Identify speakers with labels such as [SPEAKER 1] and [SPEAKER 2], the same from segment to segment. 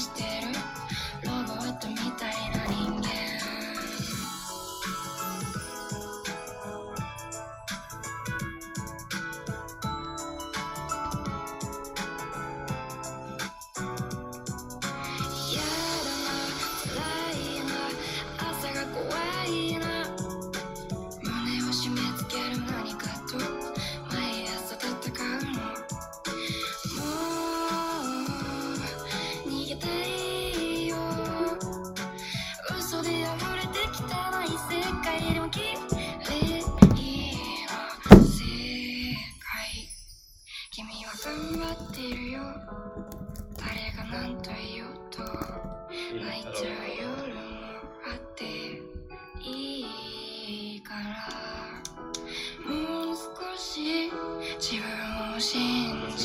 [SPEAKER 1] してるロボットみたいな人間やだな辛いな朝が怖いな胸を締め付ける何かと毎朝戦うのもう逃げたいよ嘘で溢れて汚い世界でも綺麗な世界君は頑張ってるよ誰が何と言おうと泣いちゃう夜もあっていいからもう少し自分を信じ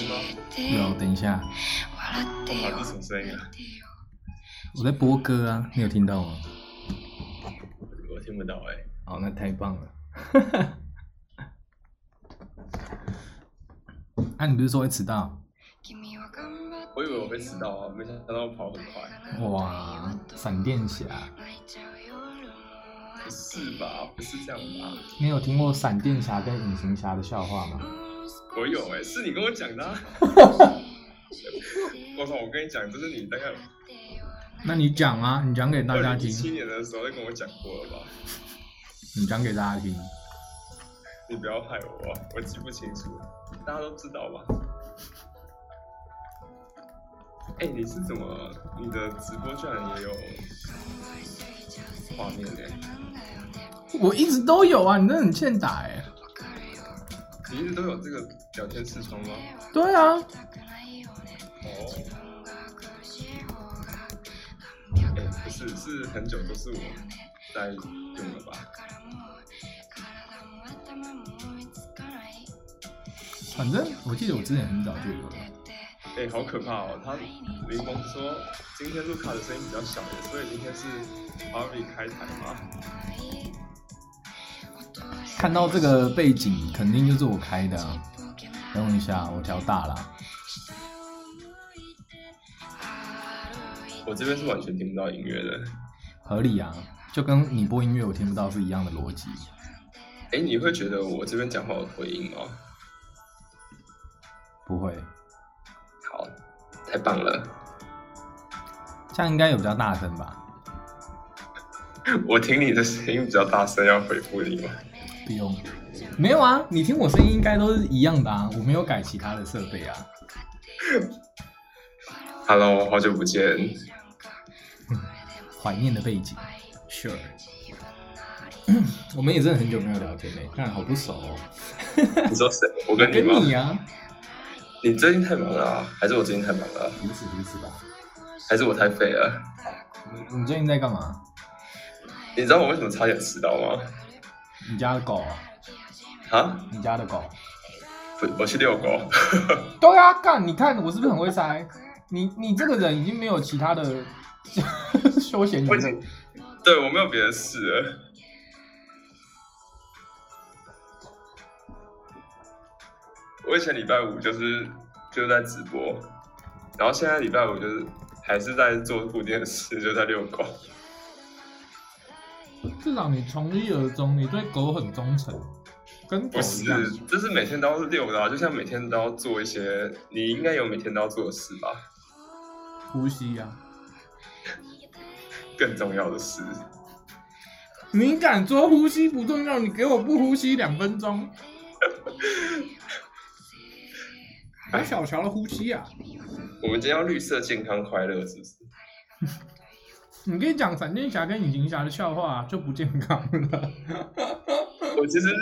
[SPEAKER 1] て
[SPEAKER 2] 没有，哦
[SPEAKER 3] 哎
[SPEAKER 2] 等一下，
[SPEAKER 1] 笑ってよ
[SPEAKER 3] 啊这什么声音啊
[SPEAKER 1] 泣いてよ
[SPEAKER 2] 我在播歌啊，你有听到吗？
[SPEAKER 3] 我听不到哎、
[SPEAKER 2] 哦，那太棒了。 啊，你不是说会迟到？
[SPEAKER 1] 君は頑張って
[SPEAKER 3] 我以为我会迟到啊，没想到我跑很快。
[SPEAKER 2] 哇，闪电侠，
[SPEAKER 1] 泣いちゃう夜もあ
[SPEAKER 3] 不
[SPEAKER 1] っ
[SPEAKER 3] 是吧？不是这样吧？
[SPEAKER 2] 你有听过闪电侠跟隐形侠的笑话
[SPEAKER 1] て
[SPEAKER 3] 嗯
[SPEAKER 2] 吗？
[SPEAKER 3] 我有哎、是你跟我讲的、啊。我操！我跟你讲，这是你大概
[SPEAKER 2] 那你讲啊，你讲给大
[SPEAKER 3] 二
[SPEAKER 2] 家
[SPEAKER 3] 零
[SPEAKER 2] 听
[SPEAKER 3] 一，七年的时候就跟我讲过了吧？
[SPEAKER 2] 你讲给大家听。
[SPEAKER 3] 你不要害我、啊，我记不清楚，大家都知道吧？哎、你是怎么？你的直播居然也有？画面欸呢
[SPEAKER 2] 我一直都有啊，你那很欠打哎、
[SPEAKER 3] 你一直都有这个聊天视窗吗？
[SPEAKER 2] 对啊，
[SPEAKER 3] 哦，哎、不是，是很久都是我在用了吧？
[SPEAKER 2] 反正我记得我之前很早就有了。
[SPEAKER 3] 哎、好可怕哦！他林峰说今天卢卡的声音比较小耶，所以今天是 Harvey 开台吗？
[SPEAKER 2] 看到这个背景，肯定就是我开的、啊。等我一下，我调大了。
[SPEAKER 3] 我这边是完全听不到音乐的。
[SPEAKER 2] 合理啊，就跟你播音乐我听不到是一样的逻辑。
[SPEAKER 3] 哎、你会觉得我这边讲话有回音吗？
[SPEAKER 2] 不会，
[SPEAKER 3] 好，太棒了！
[SPEAKER 2] 这样应该有比较大声吧？
[SPEAKER 3] 我听你的声音比较大声，要回复你吗？
[SPEAKER 2] 不用，没有啊，你听我声音应该都是一样的啊，我没有改其他的设备啊。
[SPEAKER 3] Hello，好久不见。
[SPEAKER 2] 嗯怀念的背景，Sure。我们也真的很久没有聊天嘞、看来好不熟哦。
[SPEAKER 3] 你说谁？我跟你
[SPEAKER 2] 跟
[SPEAKER 3] 吗？
[SPEAKER 2] 你啊，
[SPEAKER 3] 你最近太忙了、啊，还是我最近太忙了啊？
[SPEAKER 2] 彼此彼此吧。
[SPEAKER 3] 还是我太废了？
[SPEAKER 2] 你你最近在干嘛？
[SPEAKER 3] 你知道我为什么差点迟到吗？
[SPEAKER 2] 你家的狗啊？
[SPEAKER 3] 啊？
[SPEAKER 2] 你家的狗？
[SPEAKER 3] 我我去遛狗。
[SPEAKER 2] 对啊，干！你看我是不是很会塞？你你这个人已经没有其他的 休闲娱
[SPEAKER 3] 我已经
[SPEAKER 2] 乐。
[SPEAKER 3] 对我没有别的事了。我以前礼拜五就是就是在直播，然后现在礼拜五就是还是在做固定的事，就在遛狗。
[SPEAKER 2] 至少你从一而终，你对狗很忠诚，跟狗
[SPEAKER 3] 不
[SPEAKER 2] 哦一样。
[SPEAKER 3] 是，就是每天都要遛的、啊，就像每天都要做一些，你应该有每天都要做的事吧，
[SPEAKER 2] 呼吸啊呀、
[SPEAKER 3] 更重要的事。
[SPEAKER 2] 你敢说呼吸不重要？你给我不呼吸两分钟。还小乔的呼吸啊！
[SPEAKER 3] 我们今天要绿色、健康、快乐，是不是？
[SPEAKER 2] 你可以讲闪电侠跟隐形侠的笑话、啊就不健康了。
[SPEAKER 3] 我其实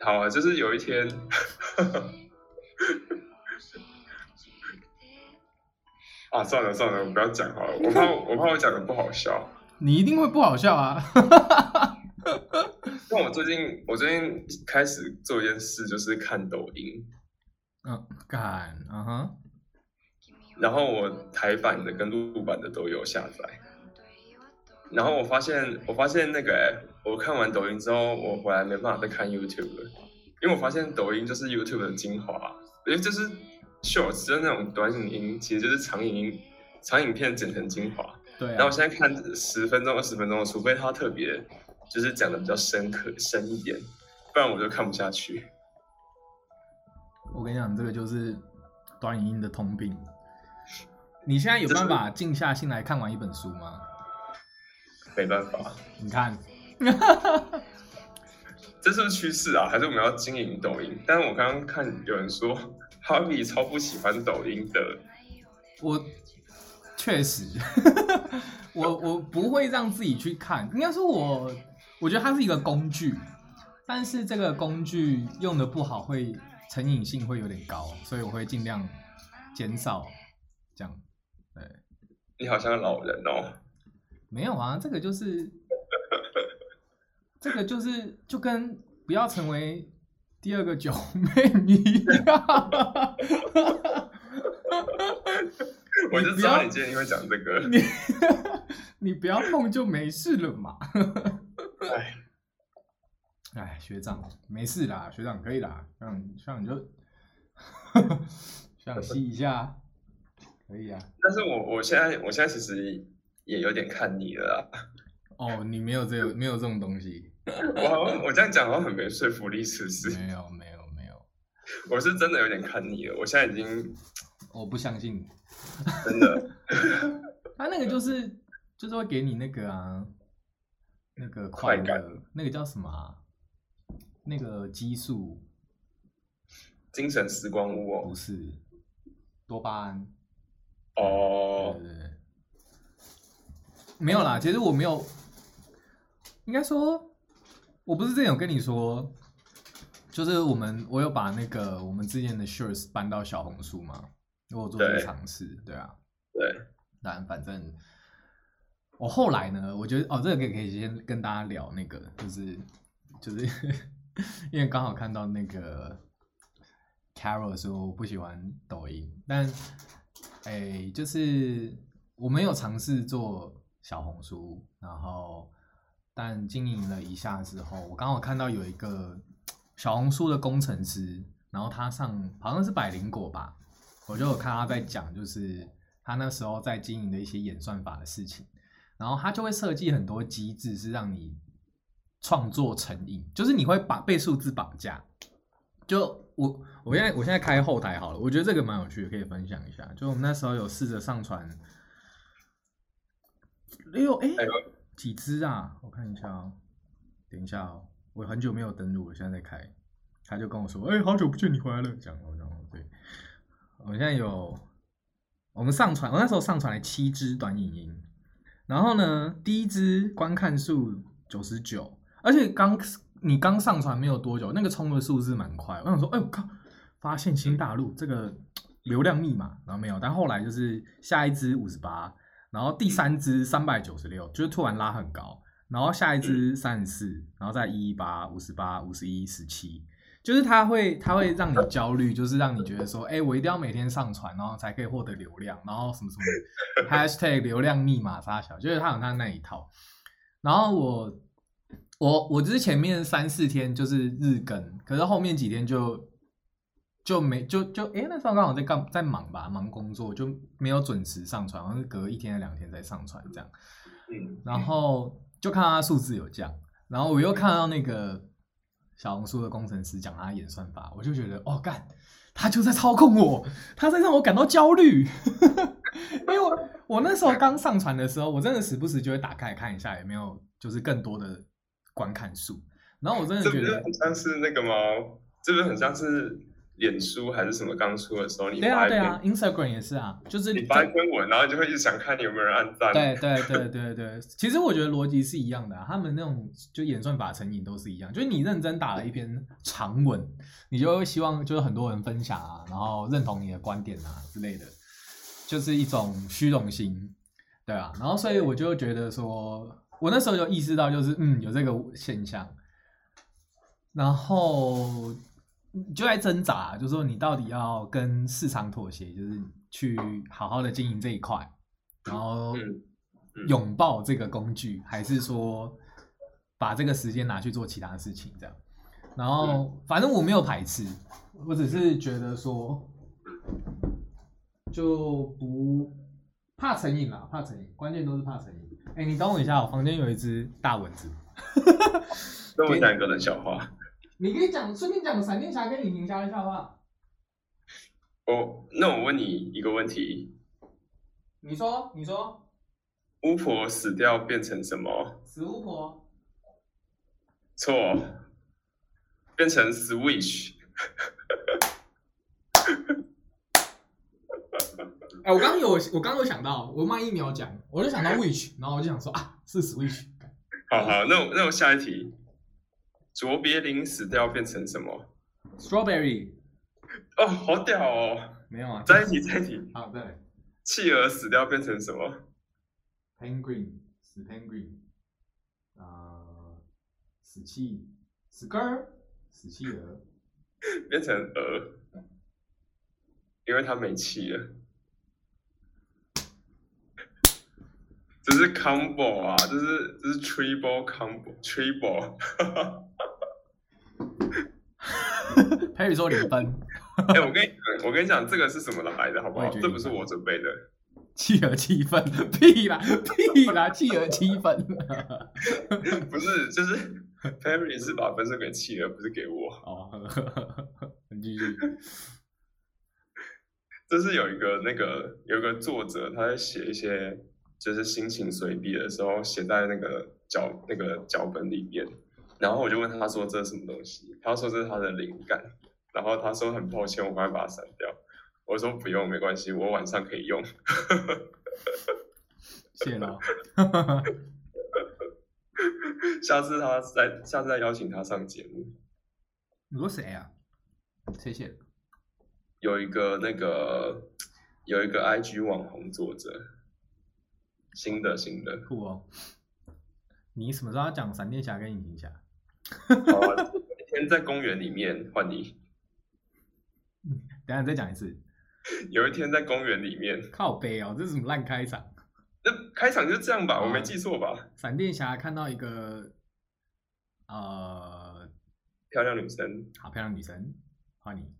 [SPEAKER 3] 好啊，就是有一天，啊，算了算了，我不要讲好了，我怕我怕我讲的不好笑。
[SPEAKER 2] 你一定会不好笑啊！
[SPEAKER 3] 但我最近我最近开始做一件事，就是看抖音，
[SPEAKER 2] 嗯，敢啊哈！
[SPEAKER 3] 然后我台版的跟陆版的都有下载。然后我发现，我发现那个、欸，我看完抖音之后，我回来没办法再看 YouTube 了，因为我发现抖音就是 YouTube 的精华，因为就是 Shorts 就是那种短影音，其实就是长影音长影片剪成精华。
[SPEAKER 2] 对
[SPEAKER 3] 然后
[SPEAKER 2] 啊
[SPEAKER 3] 我，现在看十分钟、二十分钟，除非他特别就是讲的比较深刻、深一点，不然我就看不下去。
[SPEAKER 2] 我跟你讲，这个就是短影音的通病。你现在有办法静下心来看完一本书吗？
[SPEAKER 3] 没办法，
[SPEAKER 2] 你看，
[SPEAKER 3] 这是不是趋势啊？还是我们要经营抖音？但是我刚刚看有人说 哈比超不喜欢抖音的，
[SPEAKER 2] 我确实， 我我不会让自己去看，应该说我我觉得它是一个工具，但是这个工具用的不好会成瘾性会有点高，所以我会尽量减少这样。
[SPEAKER 3] 你好像老人哦。
[SPEAKER 2] 没有啊，这个就是这个就是就跟不要成为第二个九妹一样。
[SPEAKER 3] 我就知道
[SPEAKER 2] 不要
[SPEAKER 3] 你今天会讲这个。
[SPEAKER 2] 你你不要碰就没事了嘛。
[SPEAKER 3] 哎，
[SPEAKER 2] 哎，学长没事啦，学长可以啦，学长学长你 就想吸一下，可以啊。
[SPEAKER 3] 但是我我现在我现在其实也有点看腻了 啦。
[SPEAKER 2] 哦，你没有这个没有这种东西，
[SPEAKER 3] 我好像我这样讲好像很没说服力，是不是？
[SPEAKER 2] 没有没有没有，
[SPEAKER 3] 我是真的有点看腻了。我现在已经
[SPEAKER 2] 我不相信你。
[SPEAKER 3] 真的
[SPEAKER 2] 他那个就是就是会给你那个啊，那个快
[SPEAKER 3] 快
[SPEAKER 2] 乐，那个叫什么、啊？那个激素
[SPEAKER 3] 精神时光屋哦
[SPEAKER 2] 不。是多巴胺，
[SPEAKER 3] 哦
[SPEAKER 2] 对，对对，没有啦。其实我没有，应该说，我不是之前有跟你说，就是我们我有把那个我们之前的 shirts 搬到小红书嘛，我有做这个
[SPEAKER 3] 对
[SPEAKER 2] 尝试，对啊。
[SPEAKER 3] 对，
[SPEAKER 2] 但反正我后来呢，我觉得哦，这个可以可以先跟大家聊那个，就是就是 因为刚好看到那个 Carol 说我不喜欢抖音，但哎、就是我们有尝试做小红书，然后但经营了一下之后，我刚好看到有一个小红书的工程师，然后他上好像是百灵果吧，我就有看他在讲，就是他那时候在经营的一些演算法的事情，然后他就会设计很多机制，是让你创作成瘾，就是你会把被数字绑架。就我我现在我现在开后台好了，我觉得这个蛮有趣的，可以分享一下。就我们那时候有试着上传六哎、
[SPEAKER 3] 哎呦
[SPEAKER 2] 几只啊？我看一下哦，等一下哦，我很久没有登录，我现在在开。他就跟我说：“哎、好久不见，你回来了。”这样，我然后对，我现在有我们上传，我那时候上传了七支短影音，然后呢，第一支观看数九十九，而且刚你刚上传没有多久，那个冲的数字蛮快。我想说，哎呦靠，发现新大陆这个流量密码，然后没有，但后来就是下一支五十八，然后第三支三百九十六，就是突然拉很高，然后下一支三十四，然后再一一八、五十八、五十一、十七，就是它会它会让你焦虑，就是让你觉得说，哎、我一定要每天上传，然后才可以获得流量，然后什么什么 hashtag 流量密码啥小，就是他有他那一套。然后我我我就是前面三四天就是日更，可是后面几天就就没就就哎、那时候刚好在干在忙吧，忙工作就没有准时上传，好像是隔一天还两天才上传这样。
[SPEAKER 3] 嗯，
[SPEAKER 2] 然后就看到它数字有降，然后我又看到那个小红书的工程师讲他演算法，我就觉得哦干，他就在操控我，他在让我感到焦虑， 因为我我那时候刚上传的时候，我真的时不时就会打开来看一下有没有就是更多的观看数，然后我真的
[SPEAKER 3] 这不
[SPEAKER 2] 觉
[SPEAKER 3] 是
[SPEAKER 2] 得
[SPEAKER 3] 很像是那个吗？这不是很像是脸书还是什么刚出的时候，你
[SPEAKER 2] 对啊
[SPEAKER 3] 发一
[SPEAKER 2] 对
[SPEAKER 3] 篇、
[SPEAKER 2] 啊，Instagram 也是啊，就是
[SPEAKER 3] 你发一篇文，然后就会一直想看有没有人按赞。
[SPEAKER 2] 对对对对对，其实我觉得逻辑是一样的、啊，他们那种就演算法成瘾都是一样，就是你认真打了一篇长文，你就会希望就是很多人分享啊，然后认同你的观点啊之类的，就是一种虚荣心，对啊。然后所以我就觉得说，我那时候就意识到就是嗯有这个现象，然后你就在挣扎，就说你到底要跟市场妥协，就是去好好的经营这一块，然后
[SPEAKER 3] 嗯嗯
[SPEAKER 2] 拥抱这个工具，还是说把这个时间拿去做其他事情这样。然后反正我没有排斥，我只是觉得说就不怕成瘾啦，怕成瘾，关键都是怕成瘾。哎、你等我一下，我房间有一只大蚊子，
[SPEAKER 3] 那我讲一个冷笑话。
[SPEAKER 2] 你可以讲顺便讲闪电侠跟李宁侠的笑话。
[SPEAKER 3] 我那我问你一个问题：
[SPEAKER 2] 你说，你说，
[SPEAKER 3] 巫婆死掉变成什么？
[SPEAKER 2] 死巫婆，
[SPEAKER 3] 错，变成 Switch。
[SPEAKER 2] 哎、我刚刚有，我刚刚有想到，我慢一秒讲，我就想到 witch，然后我就想说啊，是 switch，干
[SPEAKER 3] 好好，那我那我下一题，卓别林死掉变成什么？
[SPEAKER 2] strawberry
[SPEAKER 3] 哦，好屌哦！
[SPEAKER 2] 没有啊？
[SPEAKER 3] 再一题，再一题，
[SPEAKER 2] 好，再来
[SPEAKER 3] 企鹅死掉变成什么？
[SPEAKER 2] penguin 死 penguin，呃，死气死根儿死企鹅，
[SPEAKER 3] 变成鹅，因为它没气了。这是 combo 啊，这是这是 triple combo，triple。
[SPEAKER 2] 佩宇说零分，
[SPEAKER 3] 哎、我跟你讲，我跟你讲，这个是什么来的，好不
[SPEAKER 2] 我也
[SPEAKER 3] 好？
[SPEAKER 2] 觉得
[SPEAKER 3] 这不是我准备的，
[SPEAKER 2] 企鹅七分，屁啦屁啦，企鹅七分。
[SPEAKER 3] 不是，就是 Perry 是把分数给企鹅，不是给我。
[SPEAKER 2] 哦，呵呵呵呵你继续。
[SPEAKER 3] 就是有一个那个有一个作者，他在写一些就是心情随笔的时候，写在那个脚那个脚本里面。然后我就问他说这是什么东西，他说这是他的灵感。然后他说很抱歉，我赶快把它删掉。我说不用，没关系，我晚上可以用。
[SPEAKER 2] 谢了。哦
[SPEAKER 3] 下次他再下次再邀请他上节目。
[SPEAKER 2] 你说谁啊？谁写的？
[SPEAKER 3] 有一个那个有一个 IG 网红作者，新的新的，
[SPEAKER 2] 酷哦。你什么时候要讲闪电侠跟隐形侠？
[SPEAKER 3] 好啊， 今天在公园里面换你。
[SPEAKER 2] 等一下你再讲一次。
[SPEAKER 3] 有一天在公园里面，
[SPEAKER 2] 靠背哦，这是什么烂开场？
[SPEAKER 3] 那开场就这样吧，
[SPEAKER 2] 嗯
[SPEAKER 3] 我没记错吧？
[SPEAKER 2] 闪电侠看到一个呃，
[SPEAKER 3] 漂亮女生，
[SPEAKER 2] 好漂亮女生，换你。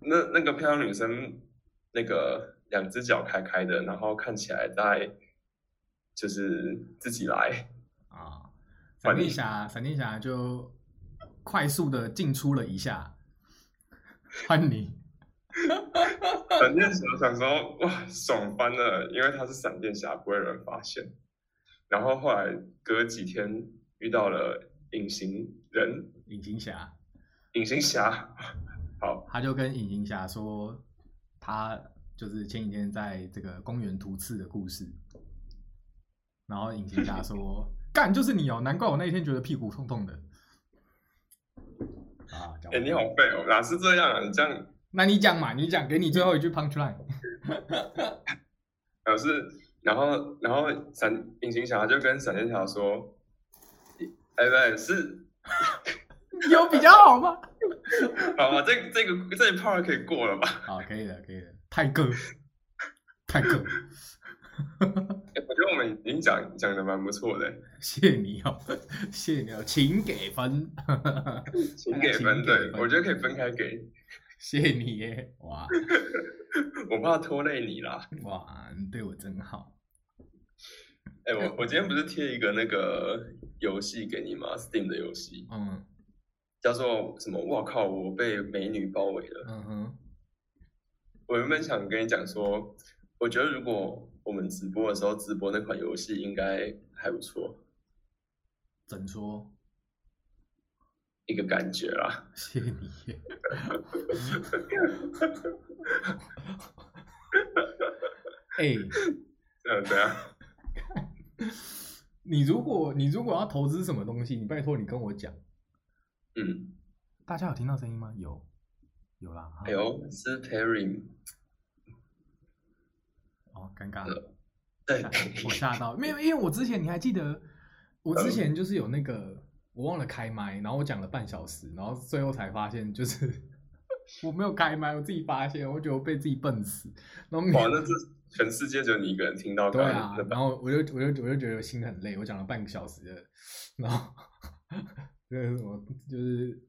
[SPEAKER 3] 那那个漂亮女生，那个两只脚开开的，然后看起来在就是自己来，
[SPEAKER 2] 啊，闪
[SPEAKER 3] 换
[SPEAKER 2] 电
[SPEAKER 3] 你
[SPEAKER 2] 侠，闪电侠就快速的进出了一下，换你。
[SPEAKER 3] 闪电侠想说哇爽翻了，因为他是闪电侠，不会有人发现。然后后来隔几天遇到了隐形人，
[SPEAKER 2] 隐形侠，
[SPEAKER 3] 隐形侠，好，
[SPEAKER 2] 他就跟隐形侠说，他就是前几天在这个公园突刺的故事。然后隐形侠说：“干，就是你哦，难怪我那一天觉得屁股痛痛的。”啊，讲
[SPEAKER 3] 哎、
[SPEAKER 2] 完
[SPEAKER 3] 你好废哦，哪是这样啊？你这样
[SPEAKER 2] 那你讲嘛，你讲，给你最后一句 punch line。
[SPEAKER 3] 表示，然后然后闪隐形侠就跟闪电侠说，哎不是，
[SPEAKER 2] 有比较好吗？
[SPEAKER 3] 好吧，这这个这一 part 可以过了吧？
[SPEAKER 2] 好，可以了，可以了，泰哥，泰哥，
[SPEAKER 3] 哎我觉得我们已经讲讲的蛮不错的，
[SPEAKER 2] 谢谢你哦，谢谢你哦，请给分，
[SPEAKER 3] 请给分
[SPEAKER 2] 请给
[SPEAKER 3] 对，
[SPEAKER 2] 分
[SPEAKER 3] 我觉得可以分开给，
[SPEAKER 2] 谢谢你耶，哇
[SPEAKER 3] 我怕拖累你啦。
[SPEAKER 2] 哇，你对我真好，
[SPEAKER 3] 哎， 我我今天不是贴一个那个游戏给你吗？Steam 的游戏
[SPEAKER 2] 嗯
[SPEAKER 3] 叫做什么？哇靠，我被美女包围了。
[SPEAKER 2] 嗯哼，
[SPEAKER 3] 我原本想跟你讲说，我觉得如果我们直播的时候直播那款游戏应该还不错，
[SPEAKER 2] 怎说？
[SPEAKER 3] 一个感觉啦。
[SPEAKER 2] 谢谢你耶，哎、
[SPEAKER 3] 嗯，对啊，
[SPEAKER 2] 你如果你如果要投资什么东西，你拜托你跟我讲，
[SPEAKER 3] 嗯，
[SPEAKER 2] 大家有听到声音吗？有，有啦，
[SPEAKER 3] 哎呦，是 Perry，
[SPEAKER 2] 哦，尴尬。
[SPEAKER 3] 呃对
[SPEAKER 2] 吓我吓到，没有，因为我之前你还记得，我之前就是有那个我忘了开麦，然后我讲了半小时，然后最后才发现就是 我没有开麦，我自己发现，我觉得我被自己笨死，然后没
[SPEAKER 3] 哇，那这全世界只有你一个人听到
[SPEAKER 2] 对
[SPEAKER 3] 刚
[SPEAKER 2] 啊
[SPEAKER 3] 刚那，
[SPEAKER 2] 然
[SPEAKER 3] 版，
[SPEAKER 2] 后我就我就我就觉得心很累，我讲了半个小时的，然后 那个什么就是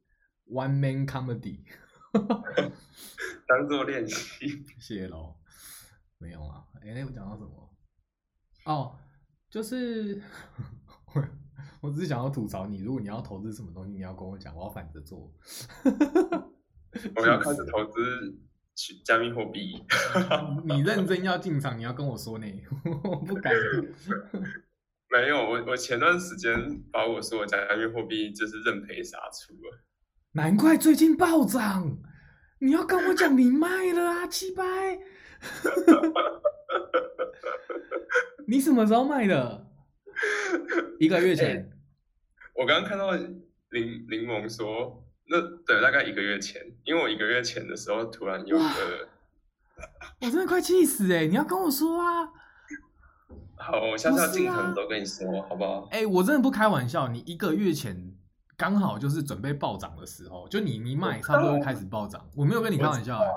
[SPEAKER 2] one man comedy，
[SPEAKER 3] 当做练习。
[SPEAKER 2] 谢谢喽。没有啊。哎、那我讲到什么？哦，就是 我我只是想要吐槽你，如果你要投资什么东西，你要跟我讲，我要反着做。
[SPEAKER 3] 我要开始投资去加密货币，
[SPEAKER 2] 你认真要进场，你要跟我说呢， 我不敢。
[SPEAKER 3] 没有我我前段时间把我说我加密货币就是认赔杀出了。
[SPEAKER 2] 难怪最近暴涨，你要跟我讲你卖了啊，七百。 你什么时候卖的？一个月前。
[SPEAKER 3] 我刚刚看到柠柠檬说，那对，大概一个月前，因为我一个月前的时候突然有一个，
[SPEAKER 2] 我真的快气死哎、你要跟我说啊！
[SPEAKER 3] 好，我下次要
[SPEAKER 2] 不是啊
[SPEAKER 3] 进场的时候跟你说，好不好？
[SPEAKER 2] 哎、我真的不开玩笑，你一个月前刚好就是准备暴涨的时候，就你你卖
[SPEAKER 3] 我
[SPEAKER 2] 差不多就开始暴涨，我没有跟你开玩笑、哎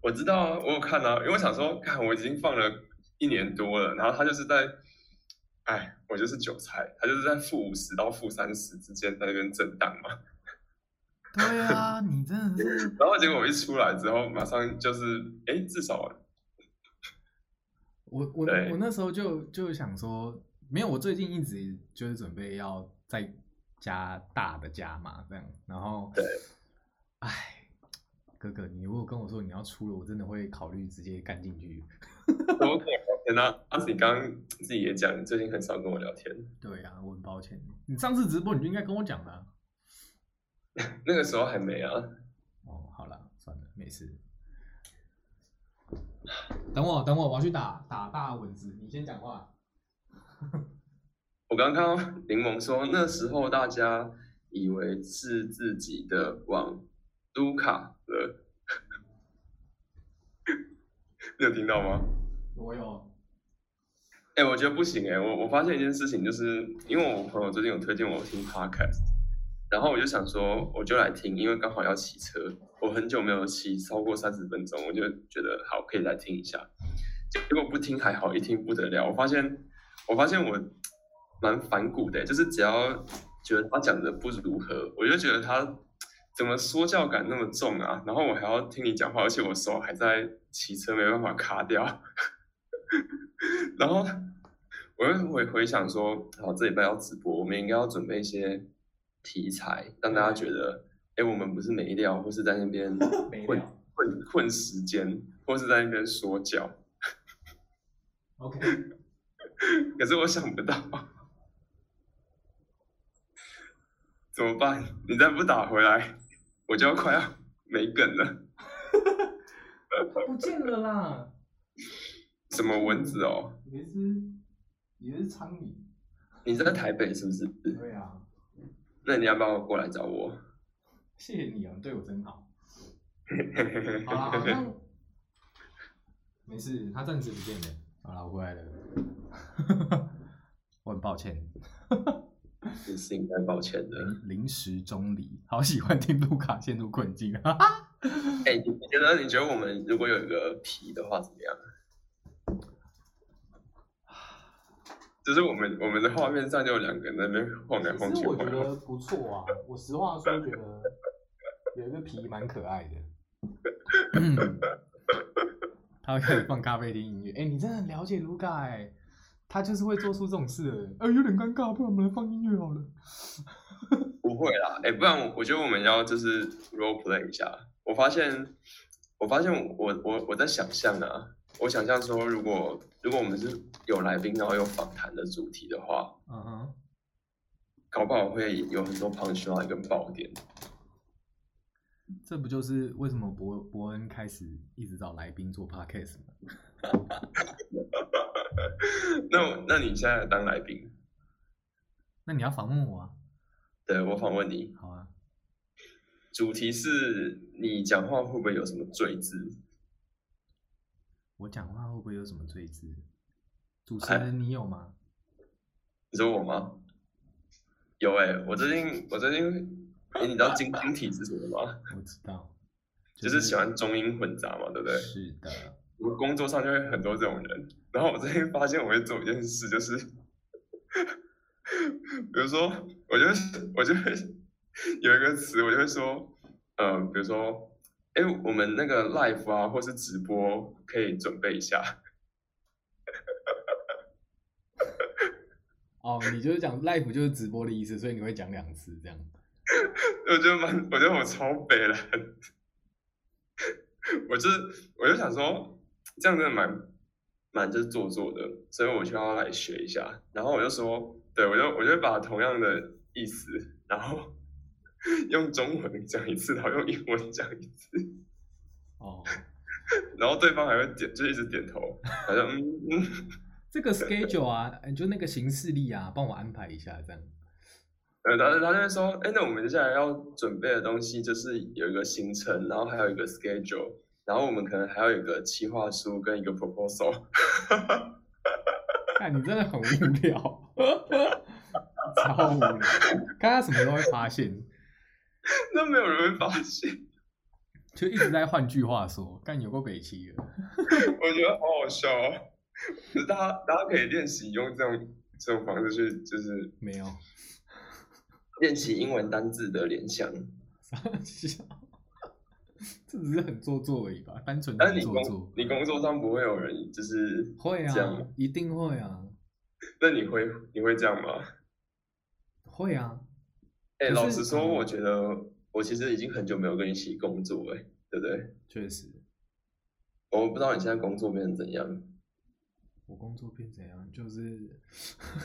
[SPEAKER 3] 我知道啊，我有看啊，因为我想说，看我已经放了一年多了，然后他就是在，哎，我就是韭菜，他就是在负五十到负三十之间在那边震荡嘛。
[SPEAKER 2] 对啊，你真的是
[SPEAKER 3] 然后结果我一出来之后，马上就是，哎，至少
[SPEAKER 2] 我我
[SPEAKER 3] 对
[SPEAKER 2] 我那时候就就想说，没有，我最近一直就是准备要再加大的加码这样，然后
[SPEAKER 3] 对，
[SPEAKER 2] 哎，哥哥，你如果跟我说你要出了，我真的会考虑直接干进去。
[SPEAKER 3] 都可以聊 天啊。阿紫，你刚刚自己也讲，你最近很少跟我聊天。
[SPEAKER 2] 对啊，我很抱歉，你上次直播你就应该跟我讲的啊、
[SPEAKER 3] 那个时候还没啊，
[SPEAKER 2] 哦，好了，算了，没事。等我，等我，我要去打打大蚊子。你先讲话。
[SPEAKER 3] 我刚刚看到柠檬说，那时候大家以为是自己的网都卡了， 你有听到吗？
[SPEAKER 2] 我有，
[SPEAKER 3] 哎、我觉得不行哎、我我发现一件事情，就是因为我朋友最近有推荐我听 podcast，然后我就想说，我就来听，因为刚好要骑车，我很久没有骑超过三十分钟，我就觉得好可以来听一下。结果不听还好，一听不得了，我发现我发现我蛮反骨的欸、就是只要觉得他讲的不如何，我就觉得他怎么说教感那么重啊，然后我还要听你讲话，而且我手还在骑车，没办法卡掉。然后我又回回想说，好，这礼拜要直播，我们应该要准备一些题材，让大家觉得，哎，我们不是没料，或是在那边
[SPEAKER 2] 没
[SPEAKER 3] 混
[SPEAKER 2] 了。
[SPEAKER 3] 混混时间，或是在那边说教。
[SPEAKER 2] OK，
[SPEAKER 3] 可是我想不到，怎么办？你再不打回来，我就要快要没梗了。
[SPEAKER 2] 不见了啦。
[SPEAKER 3] 什么蚊子哦？
[SPEAKER 2] 你是你是苍蝇。
[SPEAKER 3] 你在台北是不是？
[SPEAKER 2] 对啊，
[SPEAKER 3] 那你要不要过来找我？
[SPEAKER 2] 谢谢你哦，你对我真好。好啦，好像没事，他暂时不见了。好了，我回来了。 我很抱歉，
[SPEAKER 3] 你是应该抱歉的。
[SPEAKER 2] 临临时中离，好喜欢听卢卡陷入困境。啊
[SPEAKER 3] 哎、你觉得你觉得我们如果有一个皮的话怎么样？ 就是我们我们的画面上就有两个人在那边晃来晃
[SPEAKER 2] 其
[SPEAKER 3] 去
[SPEAKER 2] 实我
[SPEAKER 3] 晃
[SPEAKER 2] 觉
[SPEAKER 3] 来晃去。
[SPEAKER 2] 得不错啊，我实话说觉得有一个皮蛮可爱的。 嗯，他会开始放咖啡厅音乐。哎、你真的很了解卢卡哎、他就是会做出这种事的人。哎、有点尴尬，不然我们来放音乐好了。
[SPEAKER 3] 不会啦，哎、不然我我觉得我们要就是 role play 一下。我发现，我发现我我我在想象啊，我想象说，如果如果我们是有来宾，然后有访谈的主题的话，
[SPEAKER 2] 嗯哼，
[SPEAKER 3] 搞不好会有很多 punchline 跟爆点。
[SPEAKER 2] 这不就是为什么伯伯恩开始一直找来宾做 podcast 吗？
[SPEAKER 3] 那我那你现在当来宾，
[SPEAKER 2] 那你要访问我啊？
[SPEAKER 3] 对我访问你，
[SPEAKER 2] 好啊，
[SPEAKER 3] 主题是你讲话会不会有什么罪字？
[SPEAKER 2] 我讲话会不会有什么罪字？主持
[SPEAKER 3] 哎
[SPEAKER 2] 人你有吗？
[SPEAKER 3] 你说我吗？有哎、我最近我最近，哎、你知道晶晶体是什么吗？
[SPEAKER 2] 我知道，
[SPEAKER 3] 就是喜欢中英混杂嘛，对不对？
[SPEAKER 2] 是的。
[SPEAKER 3] 我工作上就会很多这种人。然后我最近发现我会做一件事，就是，比如说，我就会我就会有一个词，我就会说，呃，比如说哎，我们那个 live 啊，或是直播，可以准备一下。
[SPEAKER 2] 哦，你就是讲 live 就是直播的意思，所以你会讲两次这样。
[SPEAKER 3] 我觉得蛮，我觉得我超北了， 我就是我就想说，这样真的蛮蛮就是做作的，所以我就要来学一下。然后我就说，对我就我就把同样的意思，然后 用中文讲一次，然后用英文讲一次，
[SPEAKER 2] 哦，
[SPEAKER 3] 然后对方还会点，就一直点头，好像嗯嗯，
[SPEAKER 2] 这个 schedule 啊，哎就那个行事历啊，帮我安排一下这样。
[SPEAKER 3] 呃，然后然后就会说，哎，那我们接下来要准备的东西就是有一个行程，然后还有一个 schedule，然后我们可能还要有一个企划书跟一个 proposal。
[SPEAKER 2] 看你真的很无聊， 超无聊。看他什么时候会发现，
[SPEAKER 3] 那没有人会发现，
[SPEAKER 2] 就一直在换句话说，干有够北齐的。
[SPEAKER 3] 我觉得好好笑哦。就是大家大家可以练习用这种这种方式去，就是
[SPEAKER 2] 没有，
[SPEAKER 3] 练习英文单字的联想。
[SPEAKER 2] 傻笑，这只是很做作而已吧，单纯的
[SPEAKER 3] 但是
[SPEAKER 2] 很
[SPEAKER 3] 你
[SPEAKER 2] 做作
[SPEAKER 3] 工。你工作上不会有人就是
[SPEAKER 2] 会
[SPEAKER 3] 这样吗
[SPEAKER 2] 啊，一定会啊，
[SPEAKER 3] 那你会你会这样吗？
[SPEAKER 2] 会啊。
[SPEAKER 3] 哎、
[SPEAKER 2] 可是
[SPEAKER 3] 老实说，
[SPEAKER 2] 嗯
[SPEAKER 3] 我觉得我其实已经很久没有跟你一起工作了，对不对？
[SPEAKER 2] 确实，
[SPEAKER 3] 我不知道你现在工作变成怎样，
[SPEAKER 2] 我工作变怎样，就是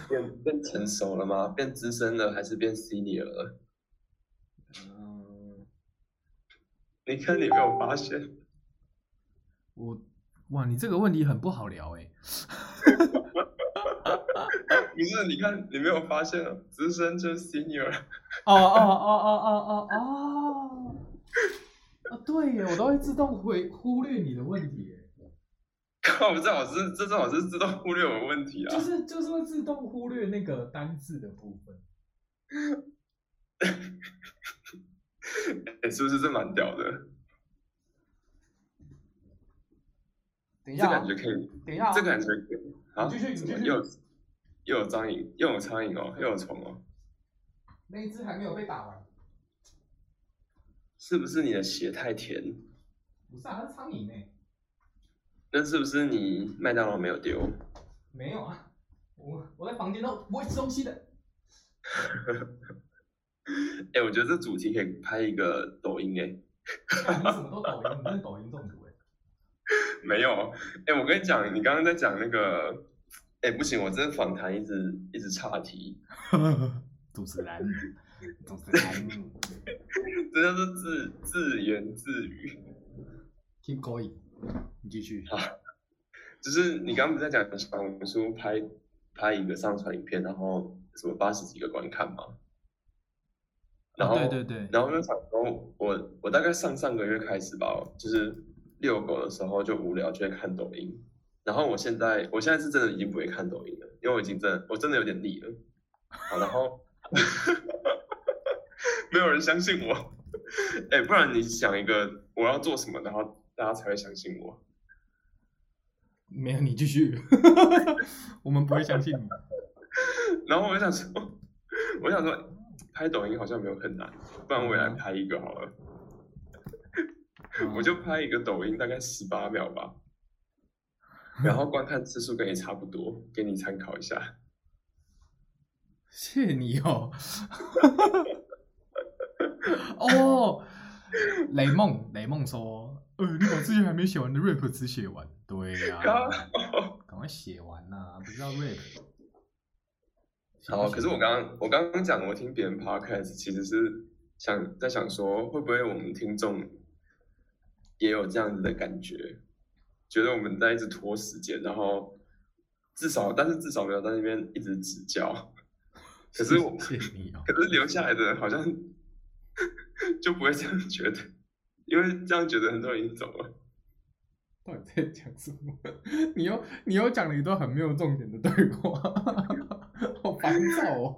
[SPEAKER 3] 变变成熟了吗？变资深了还是变 senior 了？
[SPEAKER 2] 嗯，
[SPEAKER 3] 你看你没有发现？
[SPEAKER 2] 我哇，你这个问题很不好聊哎、
[SPEAKER 3] 不是，你看你没有发现啊，资深就是 senior。
[SPEAKER 2] 哦哦哦哦哦哦哦！啊，对耶，我都会自动回忽略你的问题耶，
[SPEAKER 3] 靠，这老师，这正好是自动忽略我的问题啊
[SPEAKER 2] 就！是就是会自动忽略那个单字的部分。
[SPEAKER 3] 哎、是不是这蛮屌的？
[SPEAKER 2] 等一
[SPEAKER 3] 这
[SPEAKER 2] 下
[SPEAKER 3] 感
[SPEAKER 2] 啊，
[SPEAKER 3] 觉可以，
[SPEAKER 2] 等一下啊，
[SPEAKER 3] 这感觉可以啊？
[SPEAKER 2] 你继续
[SPEAKER 3] 什
[SPEAKER 2] 你
[SPEAKER 3] 么
[SPEAKER 2] 继续
[SPEAKER 3] 又有又有苍蝇，又有苍蝇哦，又有虫哦，
[SPEAKER 2] 那一只还没有被打完，
[SPEAKER 3] 是不是你的血太甜？
[SPEAKER 2] 不是啊，那是苍蝇哎，
[SPEAKER 3] 那是不是你麦当劳没有丢？
[SPEAKER 2] 没有啊，我我在房间都不会吃东西的。
[SPEAKER 3] 哎、我觉得这主题可以拍一个抖音哎、
[SPEAKER 2] 干你什么都抖音，你真的抖音中毒哎。
[SPEAKER 3] 没有，哎、我跟你讲，你刚刚在讲那个，哎、不行，我真的访谈一直一直岔题，
[SPEAKER 2] 主持人，主持人
[SPEAKER 3] 这叫做自自言自语。
[SPEAKER 2] ，keep going，你继续。
[SPEAKER 3] 就是你刚刚不是在讲小红书拍拍一个上传影片，然后什么八十几个观看吗？然后，
[SPEAKER 4] 哦对对对，
[SPEAKER 3] 然后我就想说，我我大概上上个月开始吧，就是遛狗的时候就无聊就会看抖音，然后我现在我现在是真的已经不会看抖音了，因为我已经真的我真的有点腻了。好，然后 没有人相信我，哎、不然你想一个我要做什么，然后大家才会相信我。
[SPEAKER 2] 没有，你继续。 我们不会相信你。
[SPEAKER 3] 然后我就想说，我想说，拍抖音好像没有很难，不然我也来拍一个好了。 我就
[SPEAKER 2] 哦
[SPEAKER 3] 拍一个抖音，大概十八秒吧，然后观看次数跟你差不多，给你参考一下。
[SPEAKER 2] 谢谢你 哦。哦，雷梦，雷梦说，呃，你把之前还没写完的 rap 只写完，对 呀、
[SPEAKER 3] 靠哦
[SPEAKER 2] 赶快写完呐、不知道 rap。
[SPEAKER 3] 好，可是我刚刚我刚刚讲，我听别人 podcast 其实是想在想说，会不会我们听众也有这样子的感觉，觉得我们在一直拖时间，然后至少但是至少没有在那边一直指教，可是我
[SPEAKER 2] 谢 谢你哦。
[SPEAKER 3] 可是留下来的人好像 就不会这样觉得，因为这样觉得很多人已经走了。
[SPEAKER 2] 到底在讲什么？你又你又讲了一段很没有重点的对话， 好烦躁哦。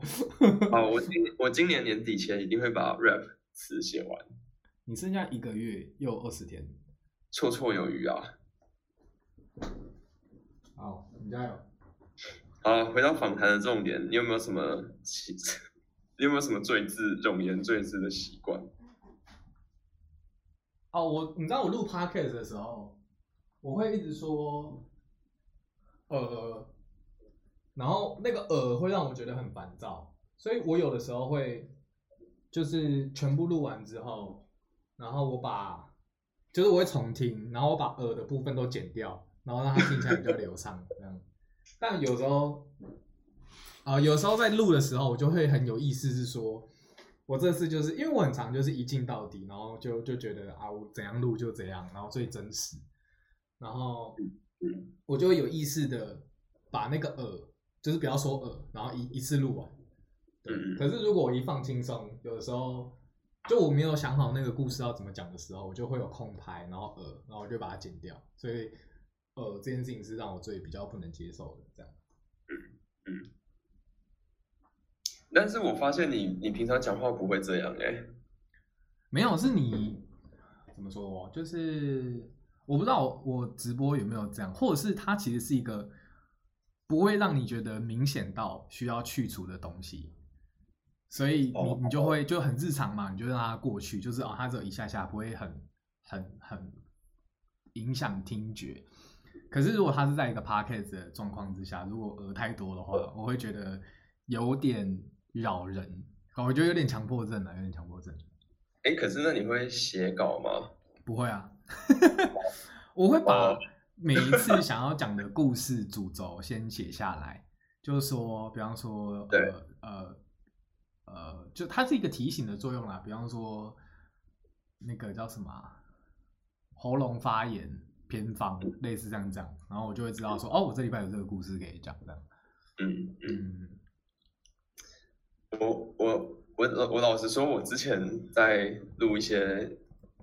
[SPEAKER 3] 好，我今我今年年底前一定会把 rap 词写完，
[SPEAKER 2] 你剩下一个月又二十天，
[SPEAKER 3] 绰绰有余啊。
[SPEAKER 2] 好，你加油。
[SPEAKER 3] 好，回到访谈的重点，你有没有什么习？你有没有什么最字冗言赘字的习惯？
[SPEAKER 5] 哦，我你知道我录 podcast 的时候，我会一直说，呃，然后那个呃会让我觉得很烦躁，所以我有的时候会就是全部录完之后，然后我把就是我会重听，然后我把呃的部分都剪掉，然后让它听起来比较流畅这样。但有时候，啊，有时候在录的时候，我就会很有意思，是说我这次就是因为我很常就是一镜到底，然后就就觉得啊，我怎样录就怎样，然后最真实，然后我就会有意识的把那个耳，就是不要说耳，然后一一次录完。对
[SPEAKER 3] 嗯，
[SPEAKER 5] 可是如果我一放轻松，有的时候就我没有想好那个故事要怎么讲的时候，我就会有空拍，然后呃，然后我就把它剪掉。所以呃，这件事情是让我最比较不能接受的。这样，
[SPEAKER 3] 但是我发现你你平常讲话不会这样哎、
[SPEAKER 2] 没有，是你怎么说？哦就是我不知道我直播有没有这样，或者是它其实是一个不会让你觉得明显到需要去除的东西，所以你
[SPEAKER 3] 哦
[SPEAKER 2] 你就会就很日常嘛，你就让它过去，就是哦，它只有一下下，不会很很很影响听觉。可是如果它是在一个 podcast 的状况之下，如果额太多的话，我会觉得有点扰人，我觉得有点强迫症啊，有点强迫症。
[SPEAKER 3] 哎、可是那你会写稿吗？
[SPEAKER 2] 不会啊， 我会把
[SPEAKER 3] 哦
[SPEAKER 2] 每一次想要讲的故事主轴先写下来，就是说，比方说，
[SPEAKER 3] 对
[SPEAKER 2] 呃呃呃，就它是一个提醒的作用啦。比方说，那个叫什么啊、喉咙发炎偏方，
[SPEAKER 3] 嗯
[SPEAKER 2] 类似这样讲，然后我就会知道说，哦，我这礼拜有这个故事可以讲，这样，
[SPEAKER 3] 嗯嗯，
[SPEAKER 2] 嗯，
[SPEAKER 3] 我我我老我老实说，我之前在录一些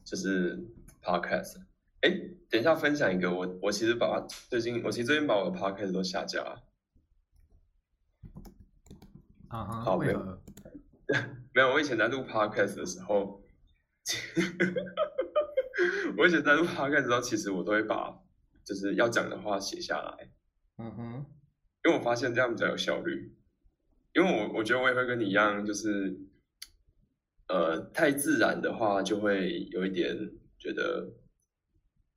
[SPEAKER 3] 就是 podcast。哎，等一下分享一个，我我其实把最近我其实最近把我的 podcast 都下架了，
[SPEAKER 2] 啊哈，
[SPEAKER 3] 好
[SPEAKER 2] 为
[SPEAKER 3] 没有
[SPEAKER 2] 何？
[SPEAKER 3] 没有，我以前在录 podcast 的时候， 我以前在录 podcast 的时候，其实我都会把就是要讲的话写下来，
[SPEAKER 5] 嗯哼，
[SPEAKER 3] 因为我发现这样比较有效率。因为我我觉得我也会跟你一样，就是呃太自然的话，就会有一点觉得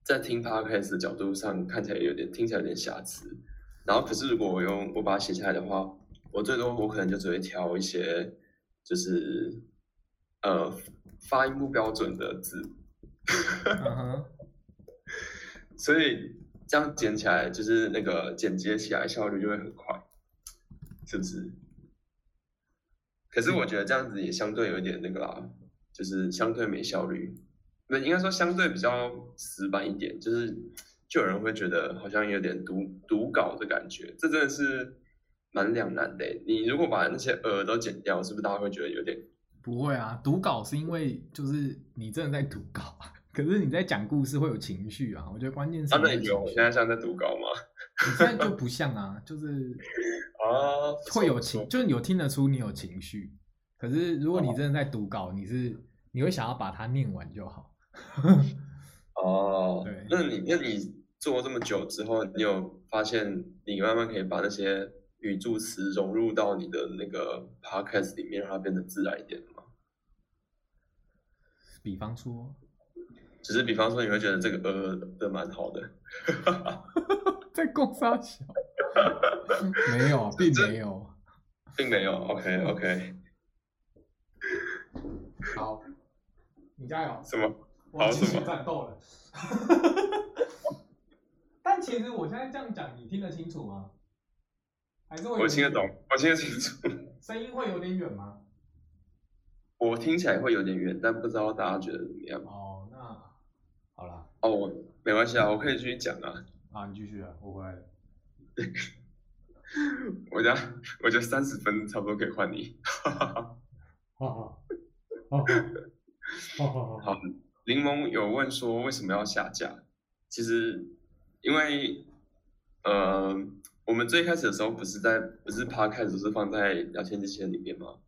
[SPEAKER 3] 在听 podcast 的角度上看起来有点听起来有点瑕疵。然后可是如果我用我把它写下来的话，我最多我可能就只会挑一些就是呃发音不标准的字，
[SPEAKER 5] 嗯哼，
[SPEAKER 3] 所以这样剪起来就是那个剪接起来效率就会很快，是不是？可是我觉得这样子也相对有一点那个啦，就是相对没效率，那应该说相对比较死板一点，就是就有人会觉得好像有点读读稿的感觉，这真的是蛮两难的欸。你如果把那些呃都剪掉，是不是大家会觉得有点
[SPEAKER 2] 不会啊，读稿是因为就是你真的在读稿 啊，可是你在讲故事会有情绪啊。我觉得关键是
[SPEAKER 3] 啊？那
[SPEAKER 2] 的
[SPEAKER 3] 你觉得我
[SPEAKER 2] 情绪
[SPEAKER 3] 现在像在读稿吗？
[SPEAKER 2] 你现在就不像啊，就是
[SPEAKER 3] 啊，不错
[SPEAKER 2] 会有
[SPEAKER 3] 不错
[SPEAKER 2] 情，就是有听得出你有情绪。可是如
[SPEAKER 5] 哦
[SPEAKER 2] 果你真的在读稿，你是你会想要把它念完就好。
[SPEAKER 3] 哦，
[SPEAKER 2] 对
[SPEAKER 3] 那你那你做这么久之后，你有发现你慢慢可以把那些语助词融入到你的那个 podcast 里面，让它变得自然一点吗？
[SPEAKER 2] 比方说，
[SPEAKER 3] 只是比方说，你会觉得这个呃的蛮好的，
[SPEAKER 2] 在共沙小， 没有，啊并没有。
[SPEAKER 3] 并没有。OK OK，
[SPEAKER 5] 好，你加油，
[SPEAKER 3] 什么？
[SPEAKER 5] 我要
[SPEAKER 3] 好
[SPEAKER 5] 继
[SPEAKER 3] 什
[SPEAKER 5] 续
[SPEAKER 3] 么
[SPEAKER 5] 战斗了。 但其实我现在这样讲，你听得清楚吗？还是会
[SPEAKER 3] 我听得
[SPEAKER 5] 有点
[SPEAKER 3] 懂，我听得清楚，
[SPEAKER 5] 远，声音会有点远吗？
[SPEAKER 3] 我听起来会有点远，但不知道大家觉得怎么样。
[SPEAKER 5] 哦，那好啦，
[SPEAKER 3] 哦，我没关系啊，我可以继续讲啊。
[SPEAKER 2] 啊，你继续啊，我回来了。
[SPEAKER 3] 我觉得我觉得三十分差不多可以换你。
[SPEAKER 5] 好好，好好，好好好，
[SPEAKER 3] 好，柠檬有问说为什么要下架？其实因为，呃，我们最开始的时候不是在不是 podcast 是放在聊天机器人里面吗？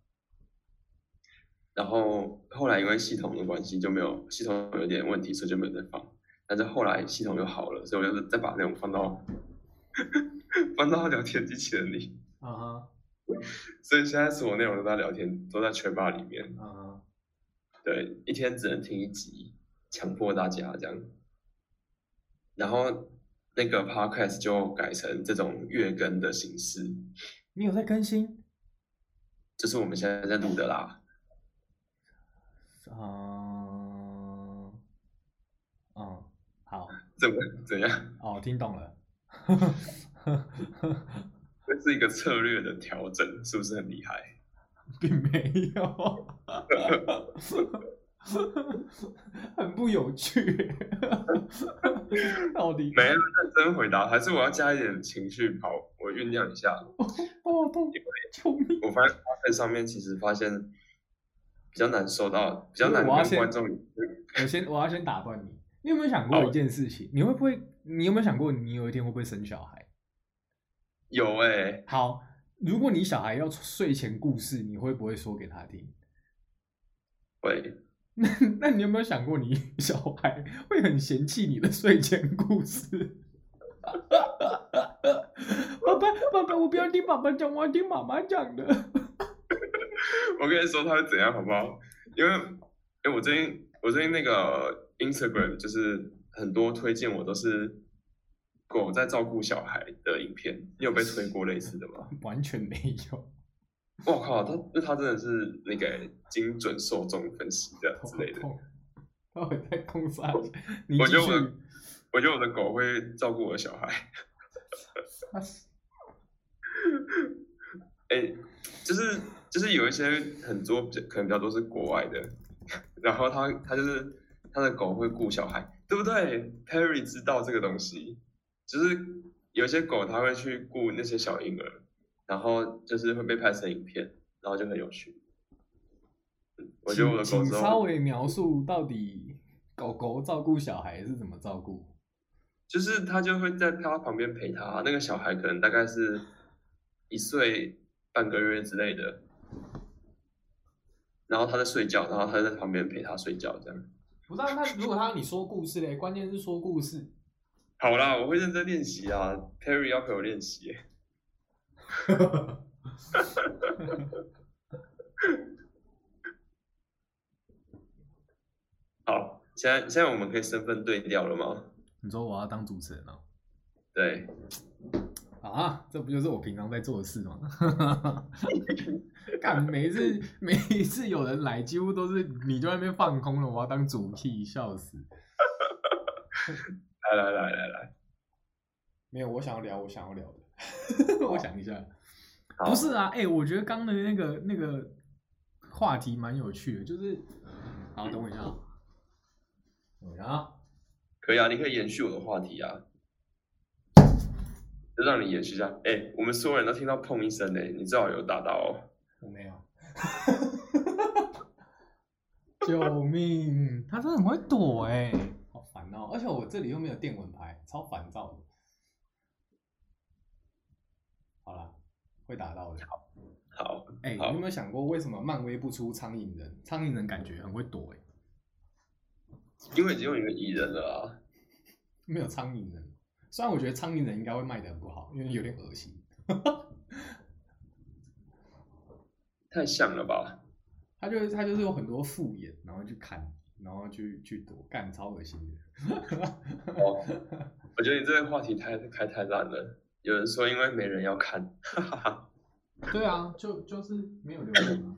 [SPEAKER 3] 然后后来因为系统的关系就没有系统有点问题，所以就没有再放。但是后来系统又好了，所以我就再把内容放到 放到聊天机器人里。
[SPEAKER 5] 嗯哼，
[SPEAKER 3] 所以现在所有内容
[SPEAKER 5] 啊
[SPEAKER 3] 都在聊天，都在群吧里面。
[SPEAKER 5] 嗯哼，
[SPEAKER 3] 对，一天只能听一集，强迫大家这样。然后那个 podcast 就改成这种月更的形式，
[SPEAKER 2] 你有在更新
[SPEAKER 3] 就是我们现在在录的啦。
[SPEAKER 2] 啊？
[SPEAKER 5] 啊
[SPEAKER 2] 嗯、好，
[SPEAKER 3] 怎么怎样？
[SPEAKER 2] 哦，听懂了。
[SPEAKER 3] 这是一个策略的调整，是不是很厉害？
[SPEAKER 2] 并没有，很不有趣，到底
[SPEAKER 3] 没有认真回答，还是我要加一点情绪跑？我酝酿一下。
[SPEAKER 2] 暴动？救命！
[SPEAKER 3] 我发现 podcast 上面其实发现比较难收到，比较难
[SPEAKER 2] 我要
[SPEAKER 3] 跟
[SPEAKER 2] 先
[SPEAKER 3] 观众。哦
[SPEAKER 2] 我先我要先打断你，你有没有想过一件事情？你会不会？你有没有想过，你有一天会不会生小孩？
[SPEAKER 3] 有哎、
[SPEAKER 2] 好，如果你小孩要睡前故事，你会不会说给他听？
[SPEAKER 3] 会，
[SPEAKER 2] 那 那你有没有想过，你小孩会很嫌弃你的睡前故事？ 爸爸，爸爸，我不要听爸爸讲，我要听妈妈讲的。
[SPEAKER 3] 我跟你说他会怎样好不好？因为，因为我最近我最近那个 Instagram 就是很多推荐我都是狗在照顾小孩的影片，你有被推过类似的吗？
[SPEAKER 2] 完全没有，
[SPEAKER 3] 我靠，他那他真的是那个精准受众分析的之类的。
[SPEAKER 2] 痛。他会在空杀你，你
[SPEAKER 3] 我
[SPEAKER 2] 继
[SPEAKER 3] 觉得我
[SPEAKER 2] 续
[SPEAKER 3] 的。我觉得我的狗会照顾我的小孩。
[SPEAKER 2] 他是
[SPEAKER 3] 哎、就是就是有一些很多比较可能比较多是国外的，然后他他就是他的狗会顾小孩，对不对？Perry 知道这个东西，就是有些狗它会去顾那些小婴儿，然后就是会被拍成影片，然后就很有趣。嗯我觉得我的
[SPEAKER 2] 请
[SPEAKER 3] 狗
[SPEAKER 2] 请
[SPEAKER 3] 之
[SPEAKER 2] 稍
[SPEAKER 3] 后
[SPEAKER 2] 微描述到底狗狗照顾小孩是怎么照顾？
[SPEAKER 3] 就是它就会在它旁边陪它，那个小孩可能大概是一岁半个月之类的，然后它在睡觉，然后它在旁边陪它睡觉这样。
[SPEAKER 5] 不是、啊，那如果他要你说故事嘞，关键是说故事。
[SPEAKER 3] 好啦，我会认真练习啊，Perry 要陪我练习 耶。好，现在现在我们可以身份对调了吗？
[SPEAKER 2] 你说我要当主持人哦？
[SPEAKER 3] 对，
[SPEAKER 2] 啊，这不就是我平常在做的事吗？干，每一次每一次有人来，几乎都是你就在那边放空了，我要当主 key，笑死。
[SPEAKER 3] 来来来来来，
[SPEAKER 2] 没有，我想要聊我想要聊的， 我想一下。
[SPEAKER 3] 好
[SPEAKER 2] 不是啊，哎、我觉得刚的那个那个话题蛮有趣的，就是，好，等我一下啊，等我一下啊，
[SPEAKER 3] 可以啊，你可以延续我的话题啊，就让你延续一下。哎、我们所有人都听到砰一声呢、你至少有打到哦。
[SPEAKER 2] 我 没有。救命！他真的很会躲哎、
[SPEAKER 5] 欸
[SPEAKER 2] 好烦哦！而且我这里又没有电蚊拍，超烦躁的。好啦，会打到的。
[SPEAKER 3] 好，
[SPEAKER 2] 哎、
[SPEAKER 3] 好
[SPEAKER 2] 你有没有想过为什么漫威不出苍蝇人？苍蝇人感觉很会躲哎、
[SPEAKER 3] 因为已经有一个蚁人了啊。
[SPEAKER 2] 没有苍蝇人。虽然我觉得苍蝇人应该会卖的很不好，因为有点恶心。
[SPEAKER 3] 太像了吧？
[SPEAKER 2] 他就是他就是有很多复眼，然后去看，然后去去躲，干超恶心的。
[SPEAKER 3] 哦， 我觉得你这个话题太开太烂了。有人说因为没人要看，哈哈哈。
[SPEAKER 5] 对啊，就就是没有流量啊。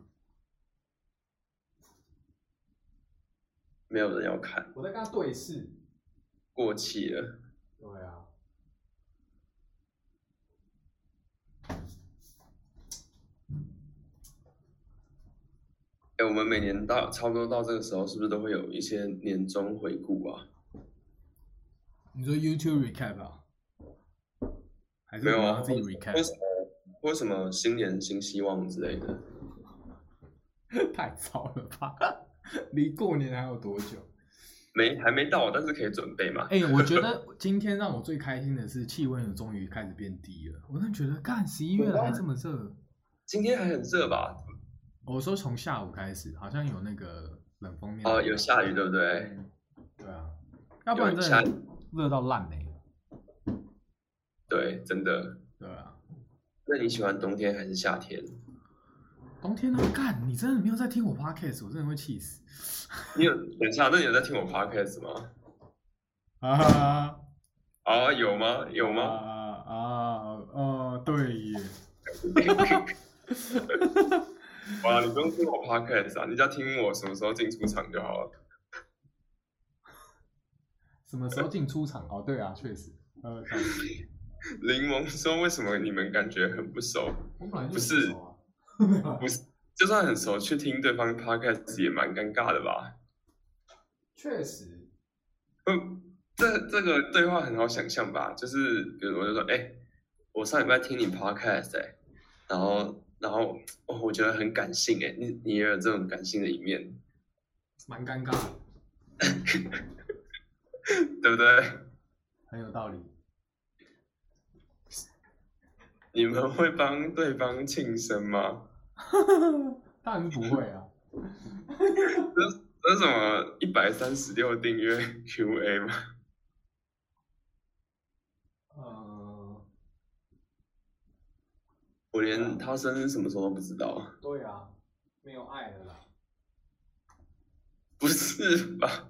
[SPEAKER 3] 没有人要看，
[SPEAKER 5] 我在跟他对视。
[SPEAKER 3] 过气了。
[SPEAKER 5] 对啊。
[SPEAKER 3] 哎，我们每年到差不多到这个时候，是不是都会有一些年终回顾啊？
[SPEAKER 2] 你说 YouTube recap 啊？还是
[SPEAKER 3] 没有
[SPEAKER 2] 我
[SPEAKER 3] 啊
[SPEAKER 2] 要自己
[SPEAKER 3] 为什
[SPEAKER 2] recap？
[SPEAKER 3] 么？为什么新年新希望之类的？
[SPEAKER 2] 太早了吧？ 离过年还有多久？
[SPEAKER 3] 没还没到，但是可以准备嘛。
[SPEAKER 2] 哎、我觉得今天让我最开心的是气温有终于开始变低了。我真的觉得，干十一月了还这么热。
[SPEAKER 3] 今天还很热吧？
[SPEAKER 2] 我说从下午开始，好像有那个冷风面。
[SPEAKER 3] 哦，有下雨对不对？
[SPEAKER 2] 对啊，要不然
[SPEAKER 3] 有
[SPEAKER 2] 真
[SPEAKER 3] 下
[SPEAKER 2] 的
[SPEAKER 3] 雨
[SPEAKER 2] 热到烂欸嘞、
[SPEAKER 3] 对，真的。
[SPEAKER 2] 对啊，
[SPEAKER 3] 那你喜欢冬天还是夏天？
[SPEAKER 2] 冬天呢、干，你真的没有在听我 podcast，我真的会气死
[SPEAKER 3] 你有等一下，那你有在听我 podcast 吗？
[SPEAKER 2] 啊！
[SPEAKER 3] 啊，有吗？有
[SPEAKER 2] 啊
[SPEAKER 3] 吗？
[SPEAKER 2] 啊哦，对耶，
[SPEAKER 3] 哇，你不用听我 podcast 啊，你只要听我什么时候进出场就好了。
[SPEAKER 5] 什么时候进出场？哦，对啊，确实，
[SPEAKER 2] 呃，
[SPEAKER 3] 柠檬说：“为什么你们感觉很不熟？
[SPEAKER 5] 我本来就
[SPEAKER 3] 不是
[SPEAKER 5] 熟啊，
[SPEAKER 3] 就算很熟，去听对方 podcast 也蛮尴尬的吧？
[SPEAKER 5] 确实，
[SPEAKER 3] 嗯，这这个对话很好想象吧？就是比如我就说，哎、我上礼拜听你 podcast 哎、然后然后哦，我觉得很感性哎、你你也有这种感性的一面，
[SPEAKER 5] 蛮尴尬的，
[SPEAKER 3] 对 不对？
[SPEAKER 5] 很有道理。
[SPEAKER 3] 你们会帮对方庆生吗？
[SPEAKER 5] 当然是不会啊，
[SPEAKER 3] 这是什么一百三十六订阅 Q&A 吗？”
[SPEAKER 5] 呃，
[SPEAKER 3] 我连他生日什么时候都不知道，
[SPEAKER 5] 对啊，没有爱了啦。
[SPEAKER 3] 不是吧？